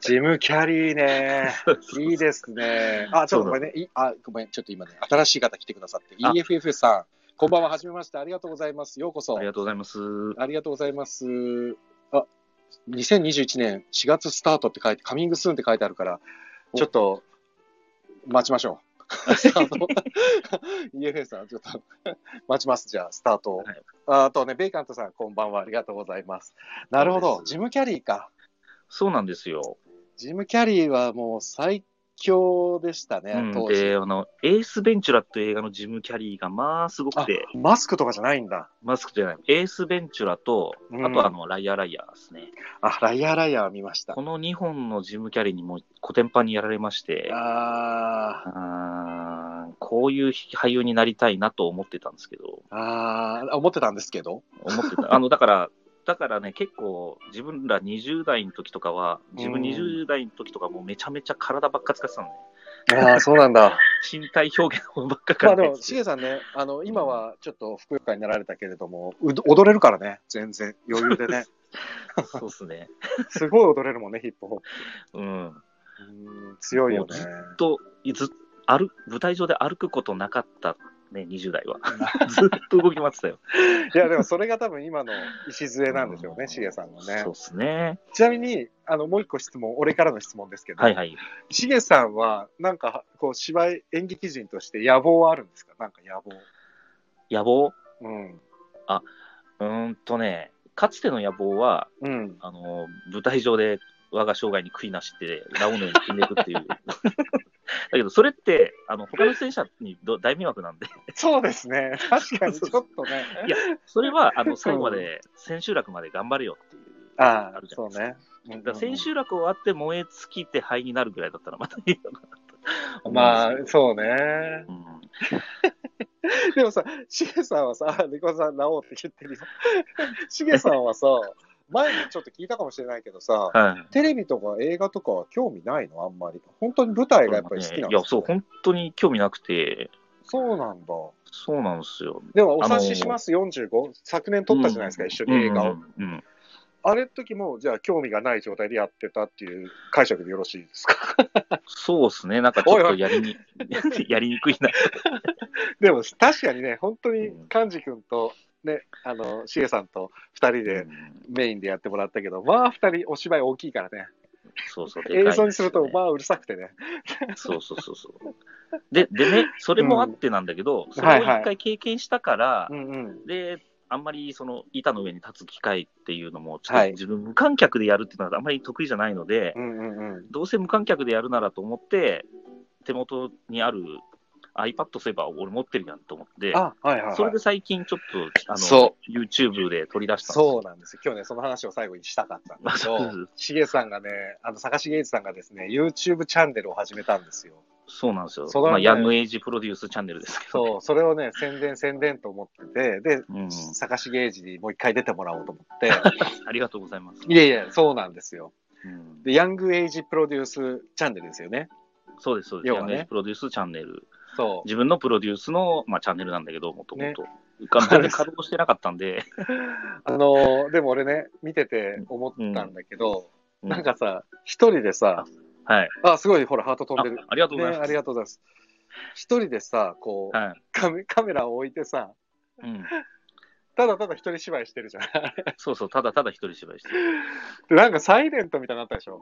A: ジム・キャリー ね。いいですね。あ、ちょっとごめんね。いあ、ごめん。ちょっと今ね、新しい方来てくださって。
B: あ
A: EFF さん、こんばんは。はじめまして。ありがとうございます。ようこそ。
B: ありがとうございます。
A: ありがとうございます。あ、2021年4月スタートって書いて、カミングスーンって書いてあるから、
B: お
A: ちょっと、待ちましょう。スター ト。EFA さん、ちょっと、待ちます。じゃあ、スタートを。
B: はい
A: ああとね、ベイカントさん、こんばんは。ありがとうございます。なるほ
B: そう
A: ど
B: で。す
A: ジム・キャリーか。
B: そうなんですよ。
A: ジム・キャリーはもう最強でしたね、
B: うん、
A: 当
B: で、
A: 時。
B: あの、エース・ベンチュラっていう映画のジム・キャリーが、まあ、すごくて、
A: マスクとかじゃないんだ。
B: マスクじゃない、エース・ベンチュラと、
A: うん
B: あとあの、ライアー・ライアーですね。
A: あ、ライアー・ライアーは見ました。
B: この2本のジム・キャリーにもうコテンパンにやられまして、
A: あー。
B: あーこういう俳優になりたいなと思ってたんですけど、
A: あー思ってたんですけど。
B: 思っ てた。あの、だから、だからね、結構、自分ら20代の時とかは、自分
A: うん
B: 20代の時とかもうめちゃめちゃ体ばっか使っ てたのね。
A: ああ、そうなんだ。
B: 身体表現ばっか
A: まあ
B: 考
A: で
B: え
A: も、
B: て
A: してげさんね、あの、今はちょっとふくよかになられたけれども、うど踊れるからね、全然、余裕で ね。
B: そうっすね。
A: すごい踊れるもんね、ヒップホップ。
B: うん。
A: うん強いよね。
B: ずっと、ずっ歩舞台上で歩くことなかったね、20 代は。ずっと動き回ってたよ。
A: いや、でもそれが多分今の礎なんでしょうね、しげさんのね
B: そうっ。すね。
A: ちなみに、あの、もう一個質問、俺からの質問ですけど
B: は、いはい。
A: しげさんは、なんか、こう、芝居、演劇人として野望はあるんですかなんか野望。
B: 野望
A: うん。
B: うーんとね、かつての野望は、
A: うん。
B: あの、舞台上で我が生涯に悔いなしって、ラオウのように死んでいくっ ていう。だけど、それって、あの、他の出演者にど大迷惑なんで、
A: そうですね。確かに、ちょっとね。
B: いや、それは、あの、最後まで、千秋楽まで頑張れよっていう。
A: ああ
B: る、じゃ
A: そう
B: ないですか
A: ね。。
B: だから千秋楽終わって燃え尽きて灰になるぐらいだったら、またいいのかなと。
A: まあ、
B: う。
A: そうね。
B: うん、
A: でもさ、しげさんはさ、あ猫さん、なおうって言ってるよ。 しげさんはさ、前にちょっと聞いたかもしれないけどさ、
B: はい。
A: テレビとか映画とかは興味ないのあんまり。本当に舞台がやっぱり好きなん
B: い
A: で
B: や、
A: す
B: そう、
A: よ、
B: 本当に興味なくて、
A: そうなんだ。
B: そうなんですよ。
A: でも、お察しします、45。昨年撮ったじゃないですか、
B: うん
A: 一緒に映画を。
B: うんうんうん
A: あれの時も、じゃあ、興味がない状態でやってたっていう解釈でよろしいですか。
B: そうですね、なんかちょっ
A: おいお
B: と
A: い
B: や りに、やりにくいな。
A: でも、確かにね、本当に、幹事君と、ね、あの、しげさんと二人 で、
B: うん
A: メインでやってもらったけど、まあ二人お芝居大きいからね。
B: そうそう、で
A: 映
B: かいんですよ
A: 像
B: ね
A: にすると、まあうるさくてね。
B: そうそうそうそう。で、でね、それもあってなんだけど、それを一回経験したから、
A: んうん。
B: で、あんまりその板の上に立つ機会っていうのも、ちょっ
A: は
B: と
A: い
B: 自分、無観客でやるっていうのはあんまり得意じゃないので、
A: うんうんうん。
B: どうせ無観客でやるならと思って、手元にある iPad そういえば俺持ってるやんと思って、
A: あ、はいはい、はい。
B: それで最近ちょっとあの
A: そ
B: YouTube で取り出したんです
A: そうなんですよ。今日ね、その話を最後にしたかったんですけ
B: あそ
A: ど
B: う、
A: しげさんがね、あの、坂重英二さんがですね、YouTube チャンネルを始めたんですよ。
B: そうなんですよ。
A: そのね
B: まあ、ヤングエイジプロデュースチャンネルですけど。
A: そう、それをね、宣伝宣伝と思ってて、で、
B: うん、
A: 坂重英二にもう一回出てもらおうと思って、
B: ありがとうございます。
A: いやいや、そうなんですよ。
B: うん
A: で、ヤングエイジプロデュースチャンネルですよね。
B: そうです、そうです。
A: 要は
B: ヤン
A: ね
B: グエイジプロデュースチャンネル。
A: そう。
B: 自分のプロデュースの、まあ、チャンネルなんだけど、もともと。
A: あ
B: 全
A: れ
B: 然稼働してなかったんで。
A: あのーでも俺ね、見てて思ったんだけど、
B: うん
A: なんかさ、一人でさ、
B: はい。
A: あ、すごい、ほら、ハート飛ん
B: あ
A: でる。
B: ありがとう
A: ね、
B: ござい
A: あ
B: ます。
A: りがとうございます。一人でさ、こう、
B: はい。
A: カメカメラを置いてさ、
B: うん。
A: ただただ一人芝居してるじゃん。
B: そうそう、ただただ一人芝居してる。
A: で、なんかサイレントみたいになったでしょ。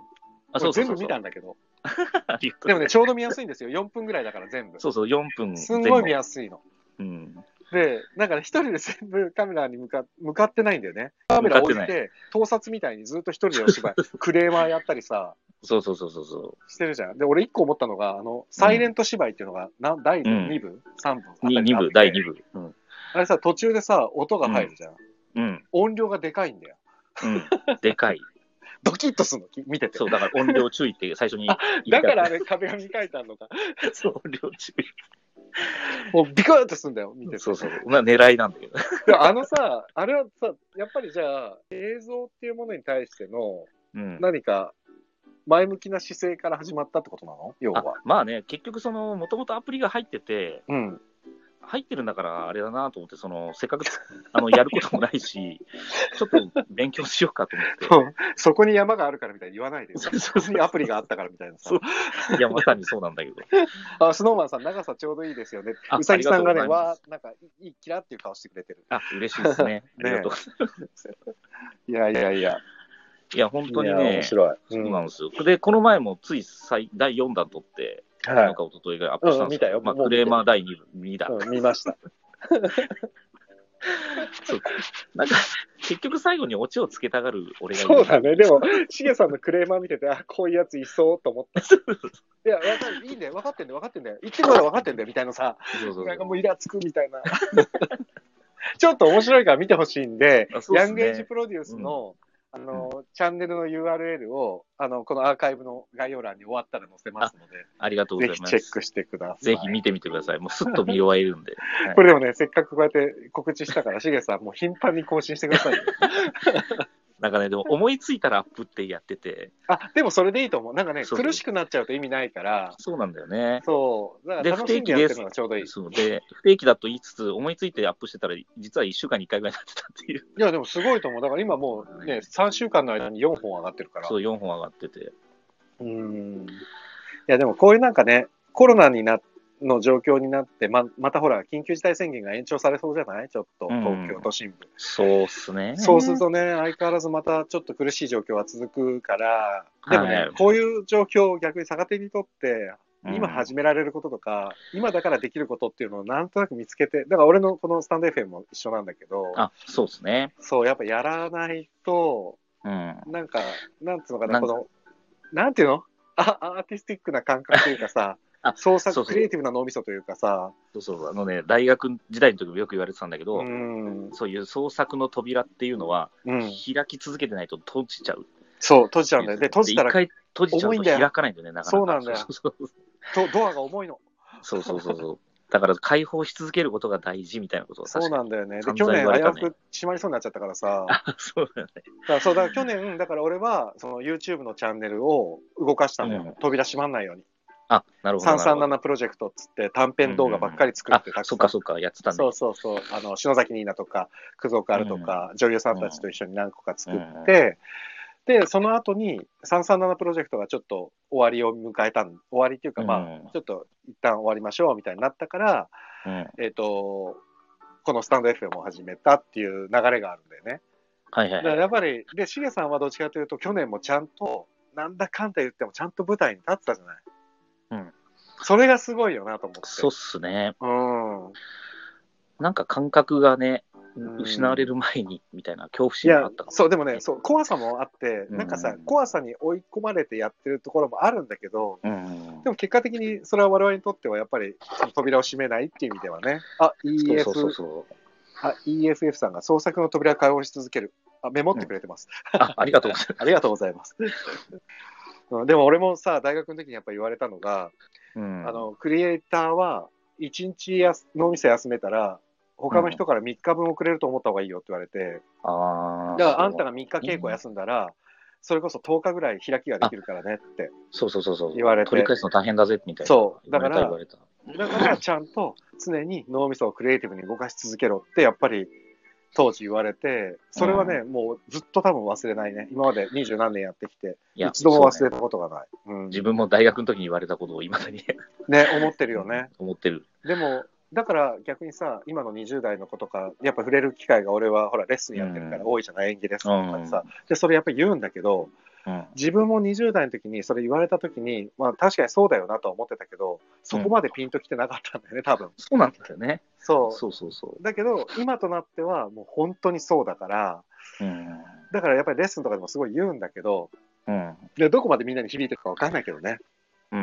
B: あ、そうそうそう。
A: 俺全部見たんだけど。
B: た。ありがとう
A: でもね、ちょうど見やすいんですよ。4分ぐらいだから全部。
B: そうそう、4分。
A: すんごい見やすいの。
B: 全部
A: で、なんかね、一人で全部カメラに向か向かってないんだよね。カメラ置い、
B: 向かって
A: 盗撮みたいにずっと一人でお芝居、クレーマーやったりさ、
B: うん。そうそうそうそうそ
A: してるじゃん。で、俺一個思ったのが、あの、サイレント芝居っていうのが、な第2部、三 ?3 部あった
B: う。
A: り
B: に二部、第2部。うん。
A: あれさ、途中でさ、音が入るじゃん。
B: うん。
A: 音量がでかいんだよ。
B: うん。でかい。
A: ドキッとすんの、き見てて
B: そ。う、だから音量注意って最初に言
A: だ
B: いた
A: か
B: い
A: らあれ、壁紙書いてあるのか。
B: そう音量注
A: もうビクッとすんだよ、見て
B: 意。
A: て。
B: そうそう。まあ狙いなんだけど。
A: でもあのさ、あれはさ、やっぱりじゃあ、映像っていうものに対しての、
B: うん。
A: 何か、前向きな姿勢から始まったってことなの要
B: あ
A: は。
B: まあね、結局、その、もともとアプリが入ってて、
A: うん。
B: 入ってるんだから、あれだなと思って、その、せっかく、 あの、やることもないし、ちょっと勉強しようかと思って。
A: そこに山があるからみたいに言わないでよ。
B: そうそう
A: そこ
B: そう
A: にアプリがあったからみたいなさ
B: そう。いや、まさにそうなんだけど。
A: あ、スノーマンさん、長さちょうどいいですよね
B: あ。
A: うさぎさんがね、
B: ありがとうございま
A: わー、なんか、いい、キラっていう顔してくれてる。
B: あ、嬉しいですね。あ
A: ね
B: りがとう。
A: いやいやいや。
B: いや、本当に
A: いや
B: ね、
A: 面白い。
B: そううんなんですよ。で、この前もつい最第4弾撮って、
A: は
B: なんか一昨日ぐらいアップしたんですけ
A: うん
B: ど、
A: 見たよ
B: まあ、
A: もう
B: クレーマー第2部、2弾。
A: い。うん見ました。
B: なんか、結局最後にオチをつけたがる俺がいる
A: そうだね。でも、しげさんのクレーマー見てて、あ、こういうやついそうと思 った。いや、わかる。いいね。分かってんだよ。分かってんだよ。言ってることは分かってんだよ。みたいなさ。
B: そうそう
A: なんか
B: そう
A: もうイラつくみたいな。 ちょっと面白いから見てほしいんで、
B: あそうっ
A: ヤ
B: す
A: ン
B: ね
A: グエイジプロデュースの、あの、チャンネルの URL を、あの、このアーカイブの概要欄に終わったら載せますので、
B: ありがとうご
A: ぜ
B: ざい
A: ひ
B: ます。
A: チェックしてください。
B: ぜひ見てみてください。もうすっと見終えるんで。
A: これでもね、せっかくこうやって告知したから、しげさん、もう頻繁に更新してください よ。
B: なんかね、でも思いついたらアップってやってて、
A: あ、でもそれでいいと思う。なんかね、
B: そうそう
A: 苦しくなっちゃうと意味ないから、
B: そうなんだよね。
A: そう、だか
B: で
A: ら楽しんでやってるのがちょうどいい。い
B: そうで、不定期だと言いつつ、思いついてアップしてたら、実は1週間に1回ぐらいになってたっていう、
A: や、でもすごいと思う。だから今もうね、3週間の間に4本上がってるから。
B: そう、4本上がってて。
A: うーん。いや、でもこういうなんかね、コロナになの状況になって、ま、またほら、緊急事態宣言が延長されそうじゃないちょっと、
B: うん
A: 東京都心部。
B: そうっすね。
A: そうするとね、相変わらずまたちょっと苦しい状況は続くから、でもね、
B: はい
A: こういう状況を逆に逆手にとって、今
B: はじ
A: 始められることとか、今だからできることっていうのをなんとなく見つけて、だから俺のこのスタンド FM も一緒なんだけど、
B: あ、そうですね。
A: そう、やっぱやらないと、
B: うん。
A: なんか、なんつうのかな、
B: なん
A: こ
B: か
A: の、なんていうのあアーティスティックな感覚というかさ
B: あ、
A: 創
B: そう
A: 作、
B: そう
A: クリエイティブな脳みそというかさ、
B: そうそう。あのね、大学時代の時もよく言われてたんだけど、
A: うん、
B: そういう創作の扉っていうのは、
A: うん、
B: 開き続けてないと閉じちゃう。
A: そう、閉じちゃうんだよ。で、閉じた
B: 一
A: ら
B: 回閉じちゃう
A: 重いん
B: と
A: だよ
B: 開かないんだよね、なかなか。
A: そうなんだよ
B: そうそうそう
A: ドドアが重いの。
B: そうそうそうそう。だから解放し続けることが大事みたいなことを
A: そう
B: か
A: なんだよね。で、
B: 散
A: 去
B: 々
A: 年
B: 言わ
A: 危
B: れた
A: う
B: ね
A: く閉まりそうになっちゃったからさ、だか
B: あ そうだね。
A: らそう、だから去年、だから俺は、その YouTube のチャンネルを動かしたの
B: うん
A: よ。扉閉まんないように。
B: あ、なるほど。なるほど
A: 337プロジェクトっつって短編動画ばっかり作っ
B: あ
A: てた、くさ
B: そ
A: ん
B: っかそっか、やってたんだ
A: そうそうそうあの篠崎ニーナとか久蔵カルとか、女優さんたちと一緒に何個か作って、でその後に337プロジェクトがちょっと終わりを迎えたん終わりっていうかまあ、
B: うん
A: ちょっと一旦終わりましょうみたいになったから
B: うん。
A: えっ、とこのスタンド FM を始めたっていう流れがあるんだよね。
B: はい
A: だ
B: はい
A: か
B: は
A: ら
B: い。
A: やっぱり、で、しげさんはどっちかというと、去年もちゃんと、なんだかんだ言っても、ちゃんと舞台に立ってたじゃない。
B: うん。
A: それがすごいよなと思って。
B: そうっすね。
A: うん。
B: なんか感覚がね、
A: うん
B: 失われる前にみたいな恐怖
A: い
B: 心があ
A: や
B: ったかも。
A: そうでもねそう怖さもあって
B: うん
A: なんかさ、怖さに追い込まれてやってるところもあるんだけど
B: うん
A: で。も結果的にそれは我々にとってはやっぱりその扉を閉めないっていう意味ではねあ
B: そう
A: EF
B: そうそうそう。
A: あ EFF さんが創作の扉を開放し続けるあメモってくれてます、
B: あ、ありがとうござい
A: ありがとうございます うんでも俺もさ大学の時にやっぱ言われたのが、
B: ます。うん
A: あのクリエイターは1日やす脳みそ休めたら他の人から3日分遅れると思った方がいいよって言われて、
B: あー
A: だからあんたが3日稽古休んだら、それこそ10日ぐらい開きができるからねって。
B: そうそうそうそう。
A: 言われて
B: 取り返すの大変だぜみたいな。
A: そうだから
B: 言われた言わ
A: だからちゃんと常に脳みそをクリエイティブに動かし続けろってやっぱり当時言われて、それはね、もうずっと多分忘れないね。今まで二十何年やってきて、
B: れた。
A: 一度も忘
B: そう
A: れ
B: ね
A: たことがない。うん、
B: 自分も大学の時に言われたことをいまだに
A: ね、思ってるよね。
B: 思ってる。
A: でも、だから逆にさ、今の20代の子とか、やっぱ触れる機会が俺はほらレッスンやってるから多いじゃない、演技レッスンとかでさ。で、それやっぱり言うんだけど、
B: うん
A: 自分も20代の時にそれ言われた時に、まあ確かにそうだよなとは思ってたけど、そこまでピンときてなかったんだよね、多分。
B: そうなんだよね。
A: そう。
B: そうそうそ
A: だけど、今となってはもう本当にそうだから、
B: う。うん。
A: だからやっぱりレッスンとかでもすごい言うんだけど、
B: うん。
A: で、どこまでみんなに響いてるかわかんないけどね。
B: うん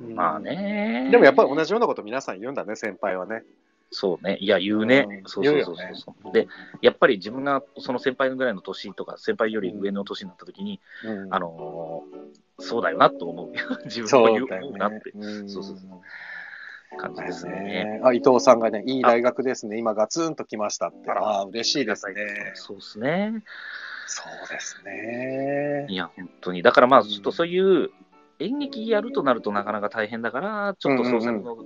A: う
B: うんん。まあね。
A: でもやっぱり同じようなこと皆さん言うんだね、先輩はね。
B: そうね。いや、言うね
A: う。ん
B: そうそうそう
A: 言う
B: そう、で、やっぱり自分がその先輩ぐらいの年とか、先輩より上の年になった時に、
A: うん
B: あのーそうだよなと思う。 自分
A: そ
B: も言
A: うだ
B: う
A: よ
B: なっ
A: ね
B: て。
A: うん
B: そうそうそう感じ
A: だ
B: です
A: よ
B: ね。
A: ね。あ、伊藤さんがね、いい大学ですね。今ガツンと来ましたって。
B: あら
A: ああ、嬉しいですね。
B: そうですね。
A: そうですね。
B: いや、本当に。だからまあ、ちょっとそういう、演劇やるとなるとなかなか大変だから、ちょっと創作の,、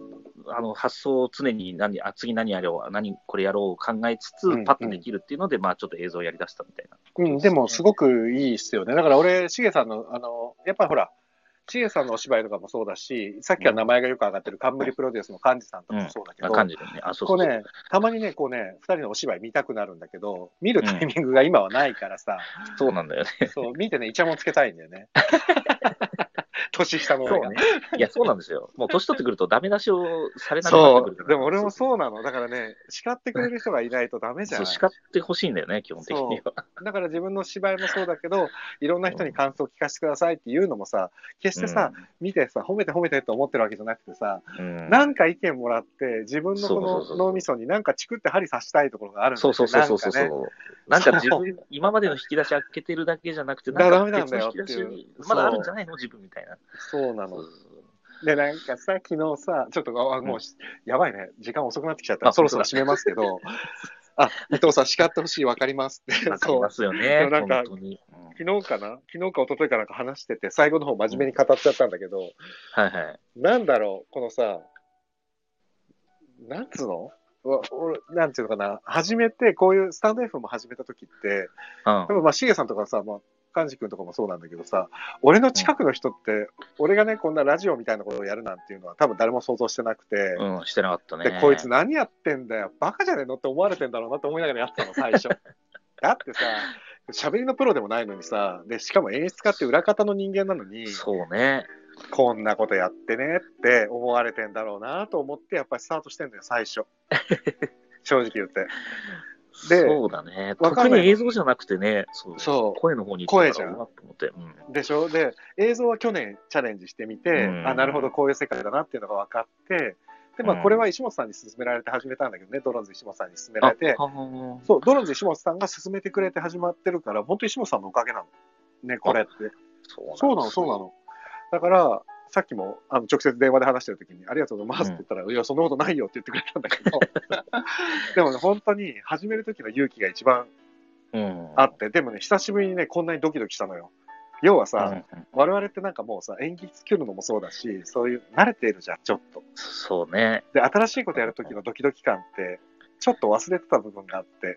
B: あの発想を常に何あ次何やろう、何これやろうを考えつつ、
A: うんうん
B: パッとできるっていうので、まあちょっと映像やりだしたみたいな。
A: うん、でもすごくいいっすよね。だから俺、しげさんの、あの、やっぱりほら、しげさんのお芝居とかもそうだし、さっきから名前がよく上がってる冠プロデュースの幹事さんとかもそうだけど、
B: 感じるね。あ、そう
A: こ
B: そう
A: うね、たまにね、こうね、二人のお芝居見たくなるんだけど、見るタイミングが今はないから さ、
B: そうなんだよね。
A: そう、見てね、イチャモンつけたいんだよ ね。年下の
B: そ
A: 俺
B: う
A: が。
B: ね。いや、そうなんですよ。もう年取ってくると、ダメ出しをされなくなって
A: そ
B: くるか
A: う、
B: ら。
A: でも俺もそうなの。だからね、叱ってくれる人がいないとダメじゃ
B: そ
A: ん
B: う、。叱ってほしいんだよね、基本的には。
A: だから自分の芝居もそうだけど、いろんな人に感想を聞かせてくださいっていうのもさ、決してさ、見てさ、褒めて褒めてって思ってるわけじゃなくてさ、
B: うん、うん
A: なんか意見もらって、自分の
B: そうそう
A: こ
B: そ
A: の
B: うそう
A: 脳みそになんかチクって針刺したいところがあるんだ
B: そうそうそうそうそう。
A: なんかね
B: そうなんか自分、今までの引き出し開けてるだけじゃなくて、
A: だ
B: なん
A: ダメな
B: か
A: ん
B: 別
A: だよ
B: の
A: っ
B: 引
A: て
B: き
A: いう
B: 出しにまだあるんじゃないの自分みたいな。
A: そうな
B: そ
A: の
B: う。そうそう
A: で、なんかさ、昨日さ、ちょっと、あもう、
B: うん
A: やばいね、時間遅くなってきちゃった。
B: あ
A: そろそろ
B: 本
A: 締めますけど、あ、伊藤さん、叱ってほしい、わかります って。
B: わかりますよね
A: そ、うなんか
B: 本当に。うん
A: 昨日かな昨日か一昨日かなんか話してて、最後の方真面目に語っちゃったんだけど、
B: はいはい。
A: なんだろう、このさ、なんつうのうわ俺なんていうのかな、初めて、こういうスタンド F も始めた時って、
B: うん
A: 多分まあ、しげさんとかさ、まあ、幹事君とかもそうなんだけどさ、俺の近くの人って、俺がね、こんなラジオみたいなことをやるなんていうのは、多分誰も想像してなくて、
B: うん、してなかったね。
A: で、こいつ何やってんだよ、バカじゃねえのって思われてんだろうなって思いながらやってたの、最初。だってさ、喋りのプロでもないのにさ、で、しかも演出家って裏方の人間なのに、
B: そうね。
A: こんなことやってねって思われてんだろうなと思って、やっぱりスタートしてんだよ、最 初。正直言って。で
B: そうだね。
A: わか
B: 特
A: んない
B: に映像じゃなくてね、そう
A: そう
B: 声の方に行った
A: 声じゃ
B: ら
A: ん
B: うわっと思って。うん
A: でしょで、映像は去年チャレンジしてみて、
B: うん
A: あ、なるほど、こういう世界だなっていうのが分かって、で、まあ、これは石本さんに勧められて始めたんだけどね、ドローンズ石本さんに勧められて、
B: あはは
A: そう、ドローンズ石本さんが勧めてくれて始まってるから、本当に石本さんのおかげなの。ね、これって。
B: そ
A: そうな
B: うなん
A: の、
B: です
A: そうなの。だから、さっきもあの直接電話で話してるときに、ありがとうございますって言ったら、いや、そんなことないよって言ってくれたんだけど、 でもね、本当に始めるときの勇気が一番
B: うん。
A: あって、でもね、久しぶりにね、こんなにドキドキしたのよ。要はさ、
B: うんうん
A: 我々ってなんかもうさ、演技作るのもそうだし、そういう、慣れているじゃん、ちょっと。
B: そうね。
A: で、新しいことやるときのドキドキ感って、ちょっと忘れてた部分があって、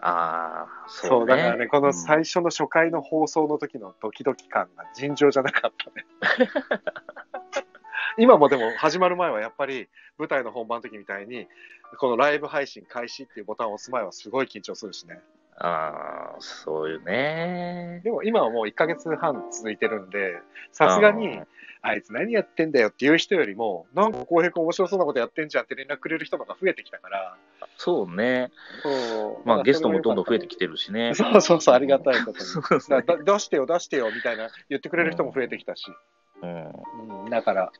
B: ああ、
A: そう
B: そうね。
A: だからね、この
B: うん
A: 最初の初回の放送の時のドキドキ感が尋常じゃなかったね。 今もでも始まる前はやっぱり舞台の本番の時みたいに、このライブ配信開始っていうボタンを押す前はすごい緊張するしね。
B: ああ、そういうね。
A: でも今はもう1ヶ月半続いてるんで、さすがに
B: あ、
A: あいつ何やってんだよっていう人よりも、なんか浩平君面白そうなことやってんじゃんって連絡くれる人の方が増えてきたから、
B: そうね。
A: そう
B: まあゲストもどんどん増えて
A: き
B: きてるしね。
A: そうそうそう、ありがたいことに。
B: そうです
A: だ
B: ね。
A: だ出してよ出してよみたいな言ってくれる人も増えてきたし、
B: うん。
A: うんだから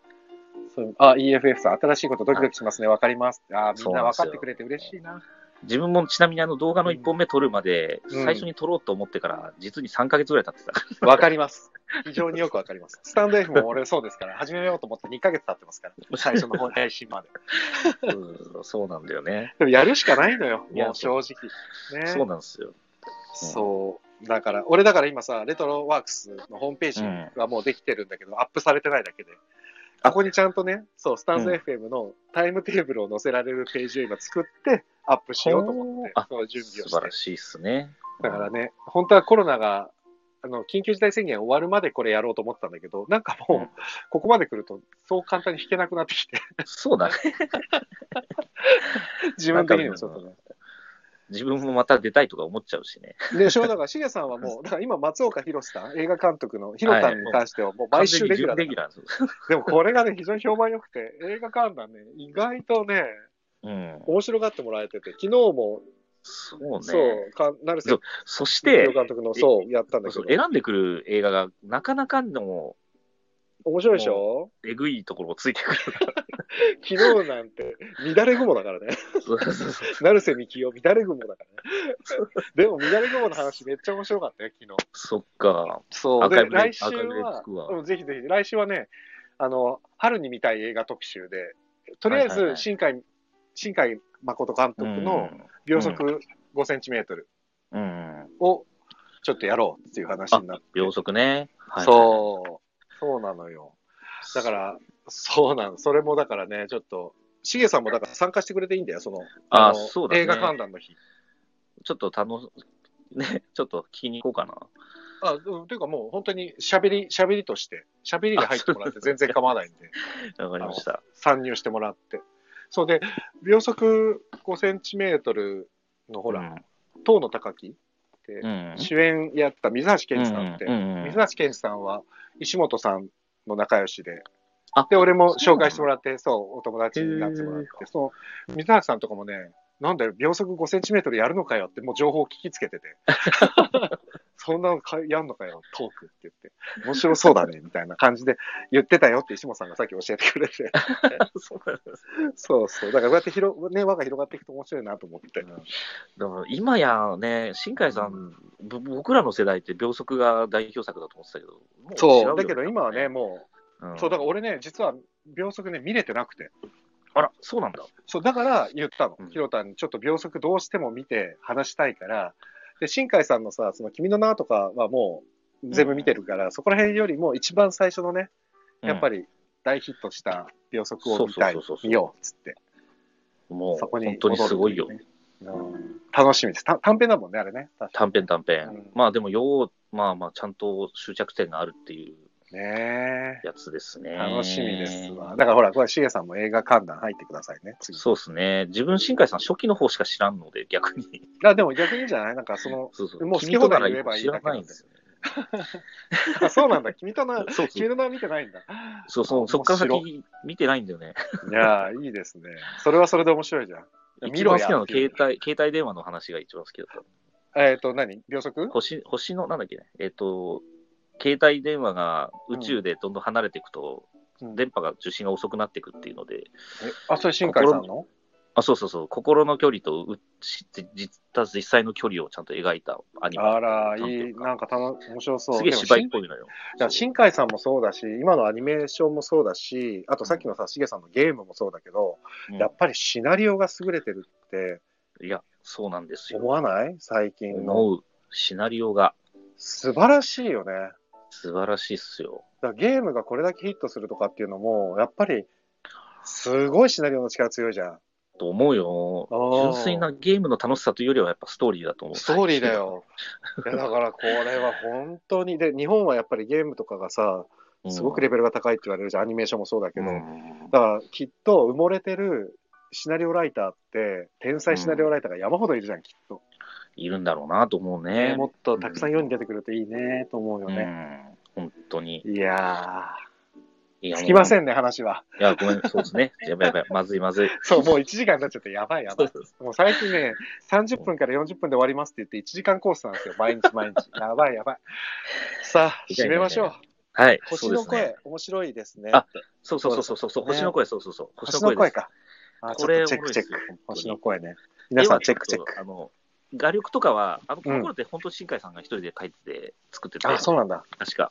A: そうあ EFF さん新しいことドキドキしますね分かりますあみ
B: そ
A: ん
B: う
A: な
B: なんで
A: 分
B: す
A: か
B: よ
A: ってくれて嬉しいな
B: 自分もちなみにあの動画の1本目撮るまで、
A: うん
B: 最初に撮ろうと思ってから、実に3ヶ月ぐらい経ってた。
A: 分かります非常によく分かりますスタンド F も俺そうですから始めようと思って2ヶ月経ってますから最初の本配信まで
B: うんそうなんだよね。
A: でもやるしかないのよ
B: いや
A: もう正直ね
B: そうなんですよ。
A: そうだから俺だから今さレトロワークスのホームページがもうできてるんだけど、アップされてないだけでここにちゃんとねそうスタンド
B: うん
A: FM のタイムテーブルを載せられるページを今作ってアップしようと思って
B: ほうあ
A: そう準備を
B: 素
A: し
B: 晴
A: て
B: らしいですね。
A: だからね本当はコロナがあの緊急事態宣言終わるまでこれやろうと思ったんだけどなんかもう、
B: うん
A: ここまで来るとそう簡単に弾けなくなってきて
B: そうだね。
A: 自分的にもちょっとね
B: 自分もまた出たいとか思っちゃうしね。
A: でしょだからしげさんはもうだから今松岡弘さん映画監督の弘さんに関してはもう毎週レギュラーだ
B: 完全
A: から
B: に準レギュラーです。
A: でもこれがね、非常に評判良くて、映画館だね、意外とね、
B: うん。
A: 面白がってもらえてて、昨日も
B: そう
A: そ
B: ね。
A: う、か成瀬
B: そうそして
A: 洋、監督の、そう、やったんだけ
B: そう
A: ど、
B: 選んでくる映画がなかなかの
A: 面白いでしょ
B: えぐいところをついてくる。
A: 昨日なんて、乱れ雲だからね。
B: そうそうそう
A: 成瀬みきお、乱れ雲だからね。でも、乱れ雲の話めっちゃ面白かったよ、昨日。
B: そっか。
A: そう、
B: アーカイ
A: で、
B: ブで
A: 来週
B: アーカイブで
A: は
B: 聞く、わ
A: うん、ぜひぜひ、来週はね、あの、春に見たい映画特集で、とりあえ
B: はいはいは
A: ず、
B: い
A: 新海、新海誠監督の秒速5センチメートル
B: うん、うん。
A: をちょっとやろうっていう話になって。
B: 秒速ね。はい
A: そう、そうなのよ。だから、そうなの、それもだからね、ちょっと、しげさんもだから参加してくれていいんだよ、その、
B: あ
A: の
B: そうだね
A: 映画観覧の日。
B: ちょっと楽し、ね、ちょっと聞きに行こうかな。
A: あ、うん、というかもう本当に喋り、喋りとして、喋りで入ってもらって全然構わないんで。
B: わかりました。
A: 参入してもらって。そうで、秒速5センチメートルのほ
B: ほ
A: ら、
B: ら、
A: 塔の高きって、
B: うん。
A: 主演やった水橋健二さんって、
B: うんうんうん
A: 水橋健二さんは石本さんの仲良しで
B: あ、
A: で、俺も
B: そうな
A: 紹
B: の
A: 介してもらって、そう、お友達になってもらって、その水橋さんとかもね、なんだよ、秒速5センチメートルやるのかよって、もう情報を聞きつけ てて、そんなのかやんのかよ、トークって言って、面白そうだね、みたいな感じで言ってたよって石本さんがさっき教えてくれて、
B: そうなんです。
A: そうそう。だからこうやって広、ね、輪が広がっていくと面白いなと思って。
B: でも今やね、新海さん、ぼ僕らの世代って秒速が代表作だと思ってたけど、もう違うよ
A: だけど今はね、、も
B: う
A: う、
B: ん
A: そう、だから俺ね、実は秒速ね、見れてなくて。
B: あら、そうなんだ。
A: そう、だから言ったの
B: うん。
A: ひろたんにちょっと秒速どうしても見て話したいから、で、新海さんのさ、その君の名とかはもう全部見てるから、そこら辺よりも一番最初のね、やっぱ
B: り、
A: り大ヒットした秒速を見たい
B: そうそうそうそう、そう
A: 見ようっつって。
B: もう
A: そこに
B: 本当にすごいよ
A: 戻。るというね。うん楽しみです。た短編だもんね、あれね。確か
B: 短編短編。
A: うん
B: まあでも、よう、まあまあ、ちゃんと終着点があるっていう
A: にねえ。
B: やつですね。
A: 楽しみですわ。だからほら、これ、しげさんも映画観覧入ってくださいね、次。
B: そうですね。自分、新海さん初期の方しか知らんので、逆に。
A: あでも逆にいいんじゃないなんかその、
B: そうそう。
A: もう好き
B: 君と
A: 放題
B: なら
A: 言えばいい
B: 知らないんですよね。
A: あ そうなんだ、君とな、
B: そうそ
A: 君
B: う。
A: の名は見てないんだ。
B: そうそう。そっから先見てないんだよね。
A: いやー、いいですね。それはそれで面白いじゃん。見
B: 一
A: ろ
B: 番好
A: や
B: きなの携帯、携帯電話の話が一番好きだった。
A: えっ、と、何秒速
B: 星、星の、なんだっけね。えっ、と、携帯電話が宇宙でどんどん離れていくと、
A: うん
B: 電波が受信が遅くなっていくっていうので、
A: えあ、それ新海さんの
B: あ、そうそうそう、心の距離とうし実実際の距離をちゃんと描いたアニメ。
A: あら、いい、
B: な
A: なんか楽面白そう。
B: すげえ
A: でも
B: 芝居っ
A: 新
B: ぽいのよ。
A: いや新海さんもそうだし、今のアニメーションもそうだし、あとさっきのさ、しげさんのゲームもそうだけど、
B: うん
A: やっぱりシナリオが優れてるって
B: いや、そうなんです
A: 思
B: よ。
A: わない最近の。
B: 思うシナリオが
A: 素晴らしいよね。
B: 素晴らしいっすよ。
A: だからゲームがこれだけヒットするとかっていうのも、やっぱり、すごいシナリオの力強いじゃん。
B: と思うよ
A: あー。
B: 純粋なゲームの楽しさというよりはやっぱストーリーだと思う。
A: ストーリーだ。よ。いやだからこれは本当に、で、日本はやっぱりゲームとかがさ、すごくレベルが高いって言われるじゃん、アニメーションもそうだけ
B: う
A: ど、だ
B: ん
A: からきっと埋もれてるシナリオライターって、天才シナリオライターが山ほどいるじゃん、きっと。
B: いるんだろうなと思うね。
A: もっとたくさん世に出てくるといいねと思うよ
B: う
A: ね。
B: ん。本当に。
A: いや
B: い
A: ー、
B: や
A: つきませ
B: ん。
A: んね、話は。
B: いや、ごめん、そうですね。 やばいやばい、まずいまずい。
A: そう、もう1時間になっちゃって、やばいやばい。
B: そうそう
A: もう最近ね、30分から40分で終わりますって言って、1時間コースなんですよ、毎日毎日。やばいやばい。さあ、締めましょう。
B: はい、
A: 星
B: そうで
A: の
B: すね
A: 声、。面白いですね。
B: あそうそうそうそうそう、
A: ね
B: 星の声、そうそうそう、
A: 星の声
B: です。
A: か。あ、ちょっと
B: これ
A: チェックチェック。
B: 面白いです
A: 星
B: よ
A: の
B: 本
A: 声ね。皆さん、チェックチェッ
B: あ
A: ク。
B: の、画力とかは、あの、こ
A: うん
B: の頃って本当新海さんが一人で書いてて、作ってて、
A: あ、そうなんだ。
B: 確か、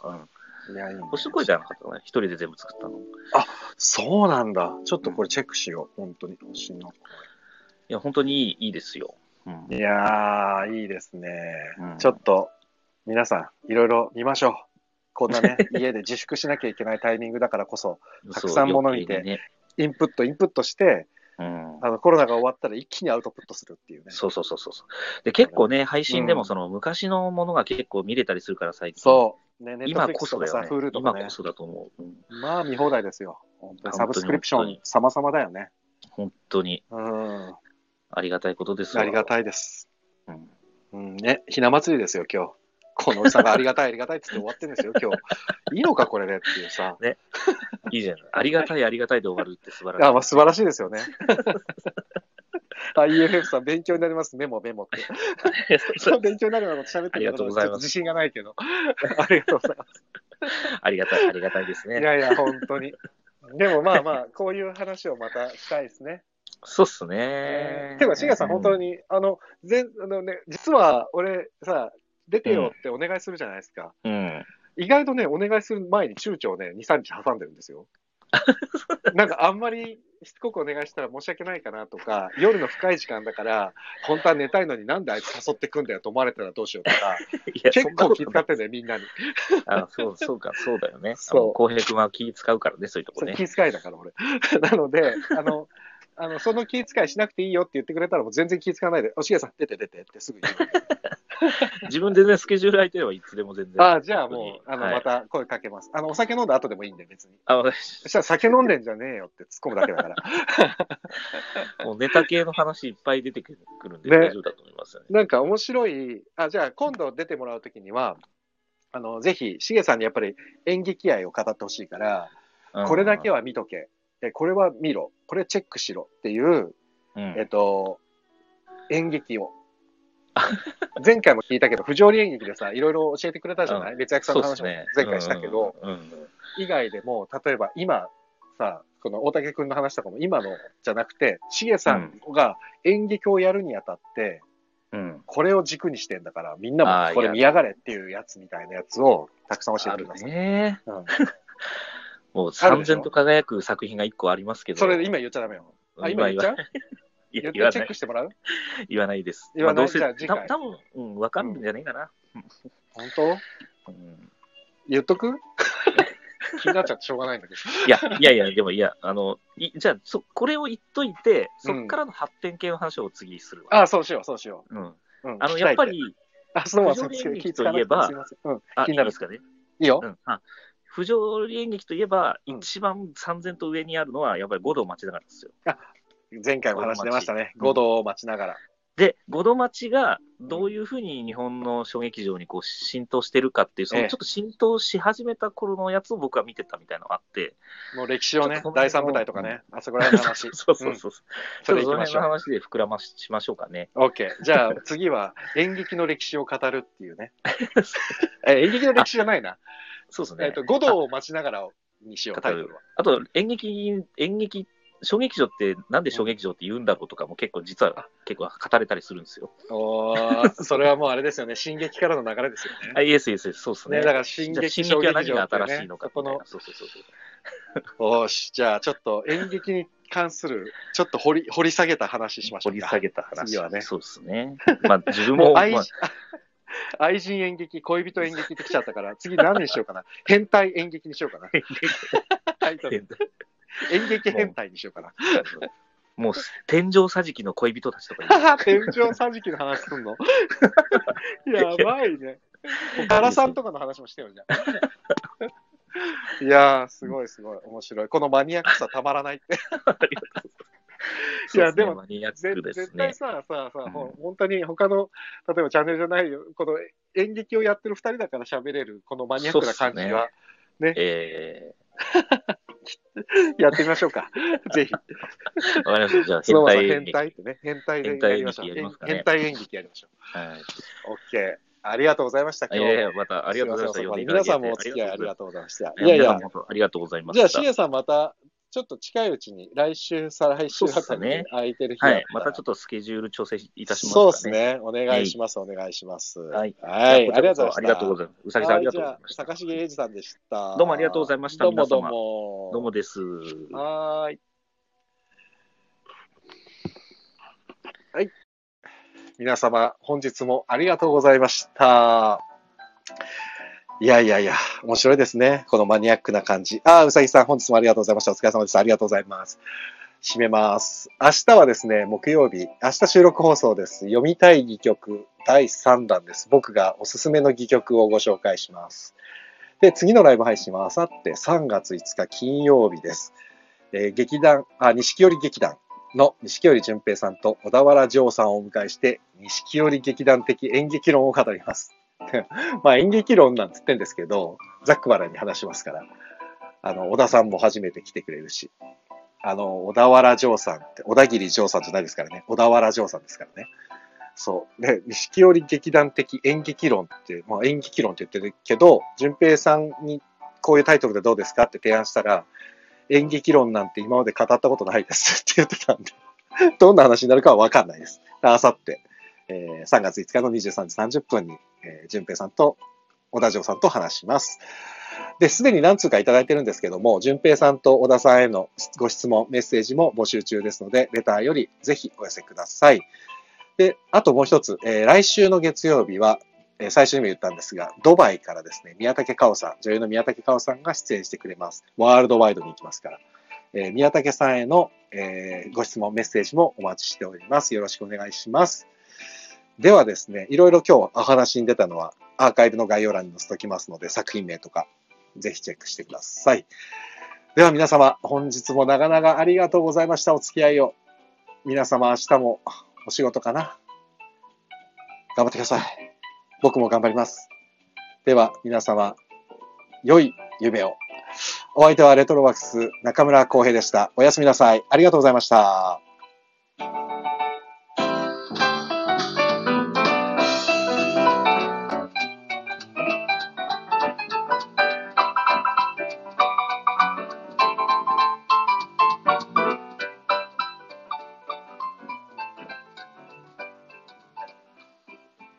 B: うん。
A: いや、いいね
B: 星の声じゃなかったかな、一人で全部作ったの。い
A: そうなんだ。ちょっとこれチェックしよう。本当に。星の
B: や、本当にいいいいですよ。うん
A: 声。いやー、いいですね
B: う。ん
A: ちょっと、皆さん、いろいろ見ましょう。こんな ね、家で自粛しなきゃいけないタイミングだからこそ、たくさん物見て
B: そうよいいね
A: インプット、インプットして、
B: うん
A: あのコロナが終わったら一気にアウトプットするっていうね。
B: そうそうそうそうそう。で、結構ね、配信で
A: う
B: も
A: ん
B: その昔のものが結構見れたりするから、最近。
A: そう。ね、ネット
B: 今
A: フリッ
B: こ
A: クス
B: そ
A: と
B: だ
A: か
B: よ
A: さ、
B: ね。
A: Hulu とか
B: 今
A: ね
B: こ。そだと思う。うん
A: まあ見放題ですよ。本当に
B: 本当に
A: サブスクリプショ
B: 本
A: ン
B: 当に
A: 様々だよね。
B: 本当に
A: うん。あ
B: ありがたいことですわ
A: りがたいです。
B: うん
A: うん、ね、ひな祭りですよ、今日。このおじさんがありがたい、ありがたいって言って終わってんですよ、今 日。いいのか、これでっていうさ。
B: いいじゃない。ありがたい、ありがたいで終わるって素晴らしい。
A: あまあ、素晴らしいですよね。あ、EFF さん、勉強になります、メモ、メモって。 勉強になるようなこと喋って
B: あり
A: る
B: が
A: こと
B: う
A: と
B: ござ
A: ちょっ
B: います
A: と自信がないけど。 ありがとうございます。
B: ありがたい、ありがたいです
A: い
B: ね。
A: やいや、本当に。でもまあまあ、こういう話をまたしたいですね。
B: そうっすね。
A: てか、シゲさん、本当
B: に。
A: に、あの、ぜあのね、実は俺さ、出てよってお願いするじゃないですか。
B: うん。
A: 意外とね、お願いする前に躊躇をね、2、3日挟んでるんです よ。なんかあんまりしつこくお願いしたら申し訳ないかなとか、夜の深い時間だから、本当は寝たいのになんであいつ誘ってくんだよと思われたらどうしようとか、
B: いや、
A: 結構気
B: そ
A: 遣
B: んな
A: っ
B: こと
A: てね、みんなに。
B: ないあそう、そうか、そうだよね。
A: そう
B: 浩平君は気使うからね、そういうとこ
A: そう
B: ね。
A: 気遣いだから、俺。 なので、あの、あのその気遣いしなくていいよって言ってくれたら、もう全然気遣わないで、おしげさん、出て出てってすぐ言う。
B: 自分でね、スケジュール空いてればいつでも全然。
A: ああ、じゃあもう、あの、
B: はい
A: また声かけます。あの、お酒飲んだ後でもいいんで、別に。
B: あ、私、
A: そしたら酒飲んでんじゃねえよって突っ込むだけ だから。
B: もうネタ系の話いっぱい出てくるんで
A: ね
B: 大丈夫だと思いますよね。
A: なんか面白い、あ、じゃあ今度出てもらうときには、あの、ぜひ、しげさんにやっぱり演劇愛を語ってほしいから、これだけ
B: は、
A: は見とけ。えこれは見ろ。これチェックしろ。っていう、
B: うん
A: えっと、演劇を。前回も聞いたけど、不条理演劇でさ、いろいろ教えてくれたじゃない別役さん
B: そう
A: の
B: です
A: 話も
B: ね。
A: 前回したけど、
B: うんうんうん
A: 以外でも、例えば今さ、この大竹くんの話とかも今のじゃなくて、しげさんが演劇をやるにあたって、
B: うん。うん
A: これを軸にしてんだから、みんな
B: あ
A: も
B: ー
A: これ
B: いや
A: 見やがれっていうやつみたいなやつをたくさん教え
B: あ
A: て
B: る
A: ください。
B: ね。
A: うん
B: もう
A: あるで
B: 三
A: しょ
B: 千と輝く作品が一個ありますけど。
A: それで今言っちゃダメよ。あ、今
B: 今
A: 言っち
B: 言わ
A: ゃう
B: い
A: 言
B: や
A: っ
B: 言わ
A: てチェッ
B: ない
A: クしてもらう
B: 言わないです。
A: 言わない
B: まあどうせ
A: じゃあ次回
B: た多分、うん、わかるんじゃないかな。
A: 本当
B: うん
A: 言っとく気になっちゃってしょうがないんだけど。
B: いや、いやいや、でもいや、あの、いじゃあそ、これを言っといて、そっからの発展系の話を次するわ。
A: あ、そうしよう、そうしよ
B: うん、
A: う。うん、
B: あの、やっぱり、
A: 聞きたいって、あ、そうなん
B: 不
A: で
B: 条理
A: すよ
B: 演
A: 気
B: 劇
A: 使
B: と
A: わないく
B: え
A: て
B: ば
A: すいませんうん、
B: あ、
A: 気
B: い
A: に
B: い
A: な
B: で
A: る
B: す。かね。
A: いいよ
B: う。ん。あ不条理演劇といえば、
A: うん
B: 一番三千と上にあるのは、やっぱり五道町だからですよ。
A: 前回お話出ましたね。
B: うん
A: 五道を待ちながら。
B: で、五道町がどういうふうに日本の小劇場にこう浸透してるかっていう、そ
A: ええ
B: のちょっと浸透し始めた頃のやつを僕は見てたみたいなのがあって、
A: もう歴史をね
B: ちょっとこの、。
A: 第三部隊とかね、あそこら辺の話
B: そうそうそうそう、
A: それ
B: ちょっと
A: 行
B: そ
A: きましょ
B: の辺の
A: う。
B: 話で膨らまししましょうかね。
A: OK。じゃあ次は演劇の歴史を語るっていう ね。え演劇の歴史じゃないな。
B: そうですね。
A: えっと、五道を待ちながらにしよう、タイトルは。
B: あと演劇、演劇、小劇場ってなんで小劇場って言うんだろうとかも結構実は結構語れたりするんですよ。
A: おーそれはもうあれですよね、進撃からの流れですよね。
B: あ、イエスイエス、そうです
A: ね
B: ね。
A: だから進
B: じゃあ
A: 撃
B: 進
A: 小
B: 撃
A: 劇
B: は
A: 場っていうね
B: 何が新しいのか
A: そこ
B: みたい
A: の
B: な。そうそうそうそう。
A: おし、じゃあちょっと演劇に関する、ちょっと掘り掘り下げた話しましょ
B: 掘
A: う
B: り
A: か。
B: 下げた話。
A: 次はね
B: そうですね。まあ自 分
A: も
B: も、
A: う
B: まあ
A: 愛,、愛人演劇、恋人演劇って来ちゃったから、次何にしよう かな。変態演劇にしようかな。タイトル演劇変態にしようかな。
B: もう天井桟敷の恋人たちとか
A: はは天井桟敷の話すんの やばいね。原さんとかの話もしてよ、じゃあ。いやー、すごいすごい、面白い。このマニアックさたまらないって。い
B: 言
A: や
B: うそうすね
A: でも
B: マニアッ
A: ぜ
B: クです
A: 絶
B: ね
A: 対。さ、さ、さ、
B: うん
A: ほん本当に他の、例えばチャンネルじゃないよ、この演劇をやってる二人だから喋れる、このマニアックな感じ
B: そうっ
A: は、
B: え
A: やってみましょう か。ぜひ。
B: ー、わかりました。じゃあ
A: そのまま
B: 変態演
A: 変
B: 劇。
A: 態ってね、変態でやりましょう。
B: 変態演劇やりますかね
A: 変態演劇やりましょ
B: はい。
A: う。オッケー。ありがとうございました、
B: い
A: 今日
B: やいや、またありがとうございました。
A: す
B: 呼ん
A: せん
B: でいた
A: 皆
B: だいて
A: さんもお付き合いありがとうございました。いやい
B: 皆さ
A: や
B: ん、も本当ありがとうございま
A: じゃあ、
B: した。
A: しげさんまた、ちょっと近いうちに、来週、再来週あたりに空いてる日
B: はい、またちょ
A: っ
B: っとスケジュール調整い
A: と
B: たしますか
A: そうです。ね。お願いします、お願いします。
B: は。い。
A: はい、ありがとうございました。
B: ありがとうございます。うさぎさん、ありがとうございまし
A: はじゃあ坂
B: た。
A: 重英二さんでした。
B: どうもありがとうございました
A: どうもどう
B: 皆様
A: も。
B: どうもです。
A: はーい。はい。皆様、本日もありがとうございました。いやいやいや、面白いですね。このマニアックな感じ。ああ、うさぎさん、本日もありがとうございました。お疲れ様です。ありがとうございます。締めます。明日はですね、木曜日、明日収録放送です。読みたい戯曲第3弾です。僕がおすすめの戯曲をご紹介します。で、次のライブ配信はあさって3月5日金曜日です。えー劇団、あ、錦織劇団の錦織淳平さんと小田原城さんをお迎えして、錦織劇団的演劇論を語ります。 まあ演劇論なんつってんですけど、ざっくばらんに話しますから、あの、小田さんも初めて来てくれるし、あの、小田原城さんって、小田切城さんじゃないですからね。小田原城さんですからね。そう。で、錦織劇団的演劇論っていう、まあ演劇論って言ってるけど、淳平さんにこういうタイトルでどうですかって提案したら、演劇論なんて今まで語ったことないですって言ってたんで、 どんな話になるかはわかんないです。あさって、えー3月5日の23時30分に、えー、淳平さんと小田城さんと話します。で、すでに何通かいただいてるんですけども、淳平さんと小田さんへのご質問、メッセージも募集中ですので、レターよりぜひお寄せください。で、あともう一つ、えー来週の月曜日は、えー最初にも言ったんですが、ドバイからですね、宮武かおさん、女優の宮武かおさんが出演してくれます。ワールドワイドに行きますから。えー宮武さんへの、えーご質問、メッセージもお待ちしております。よろしくお願いします。ではですね、いろいろ今日お話に出たのは、アーカイブの概要欄に載せておきますので、作品名とか、ぜひチェックしてください。では皆様、本日も長々ありがとうございました。お付き合いを。皆様、明日もお仕事かな。頑張ってください。僕も頑張ります。では皆様、良い夢を。お相手はレトロワックス中村浩平でした。おやすみなさい。ありがとうございました。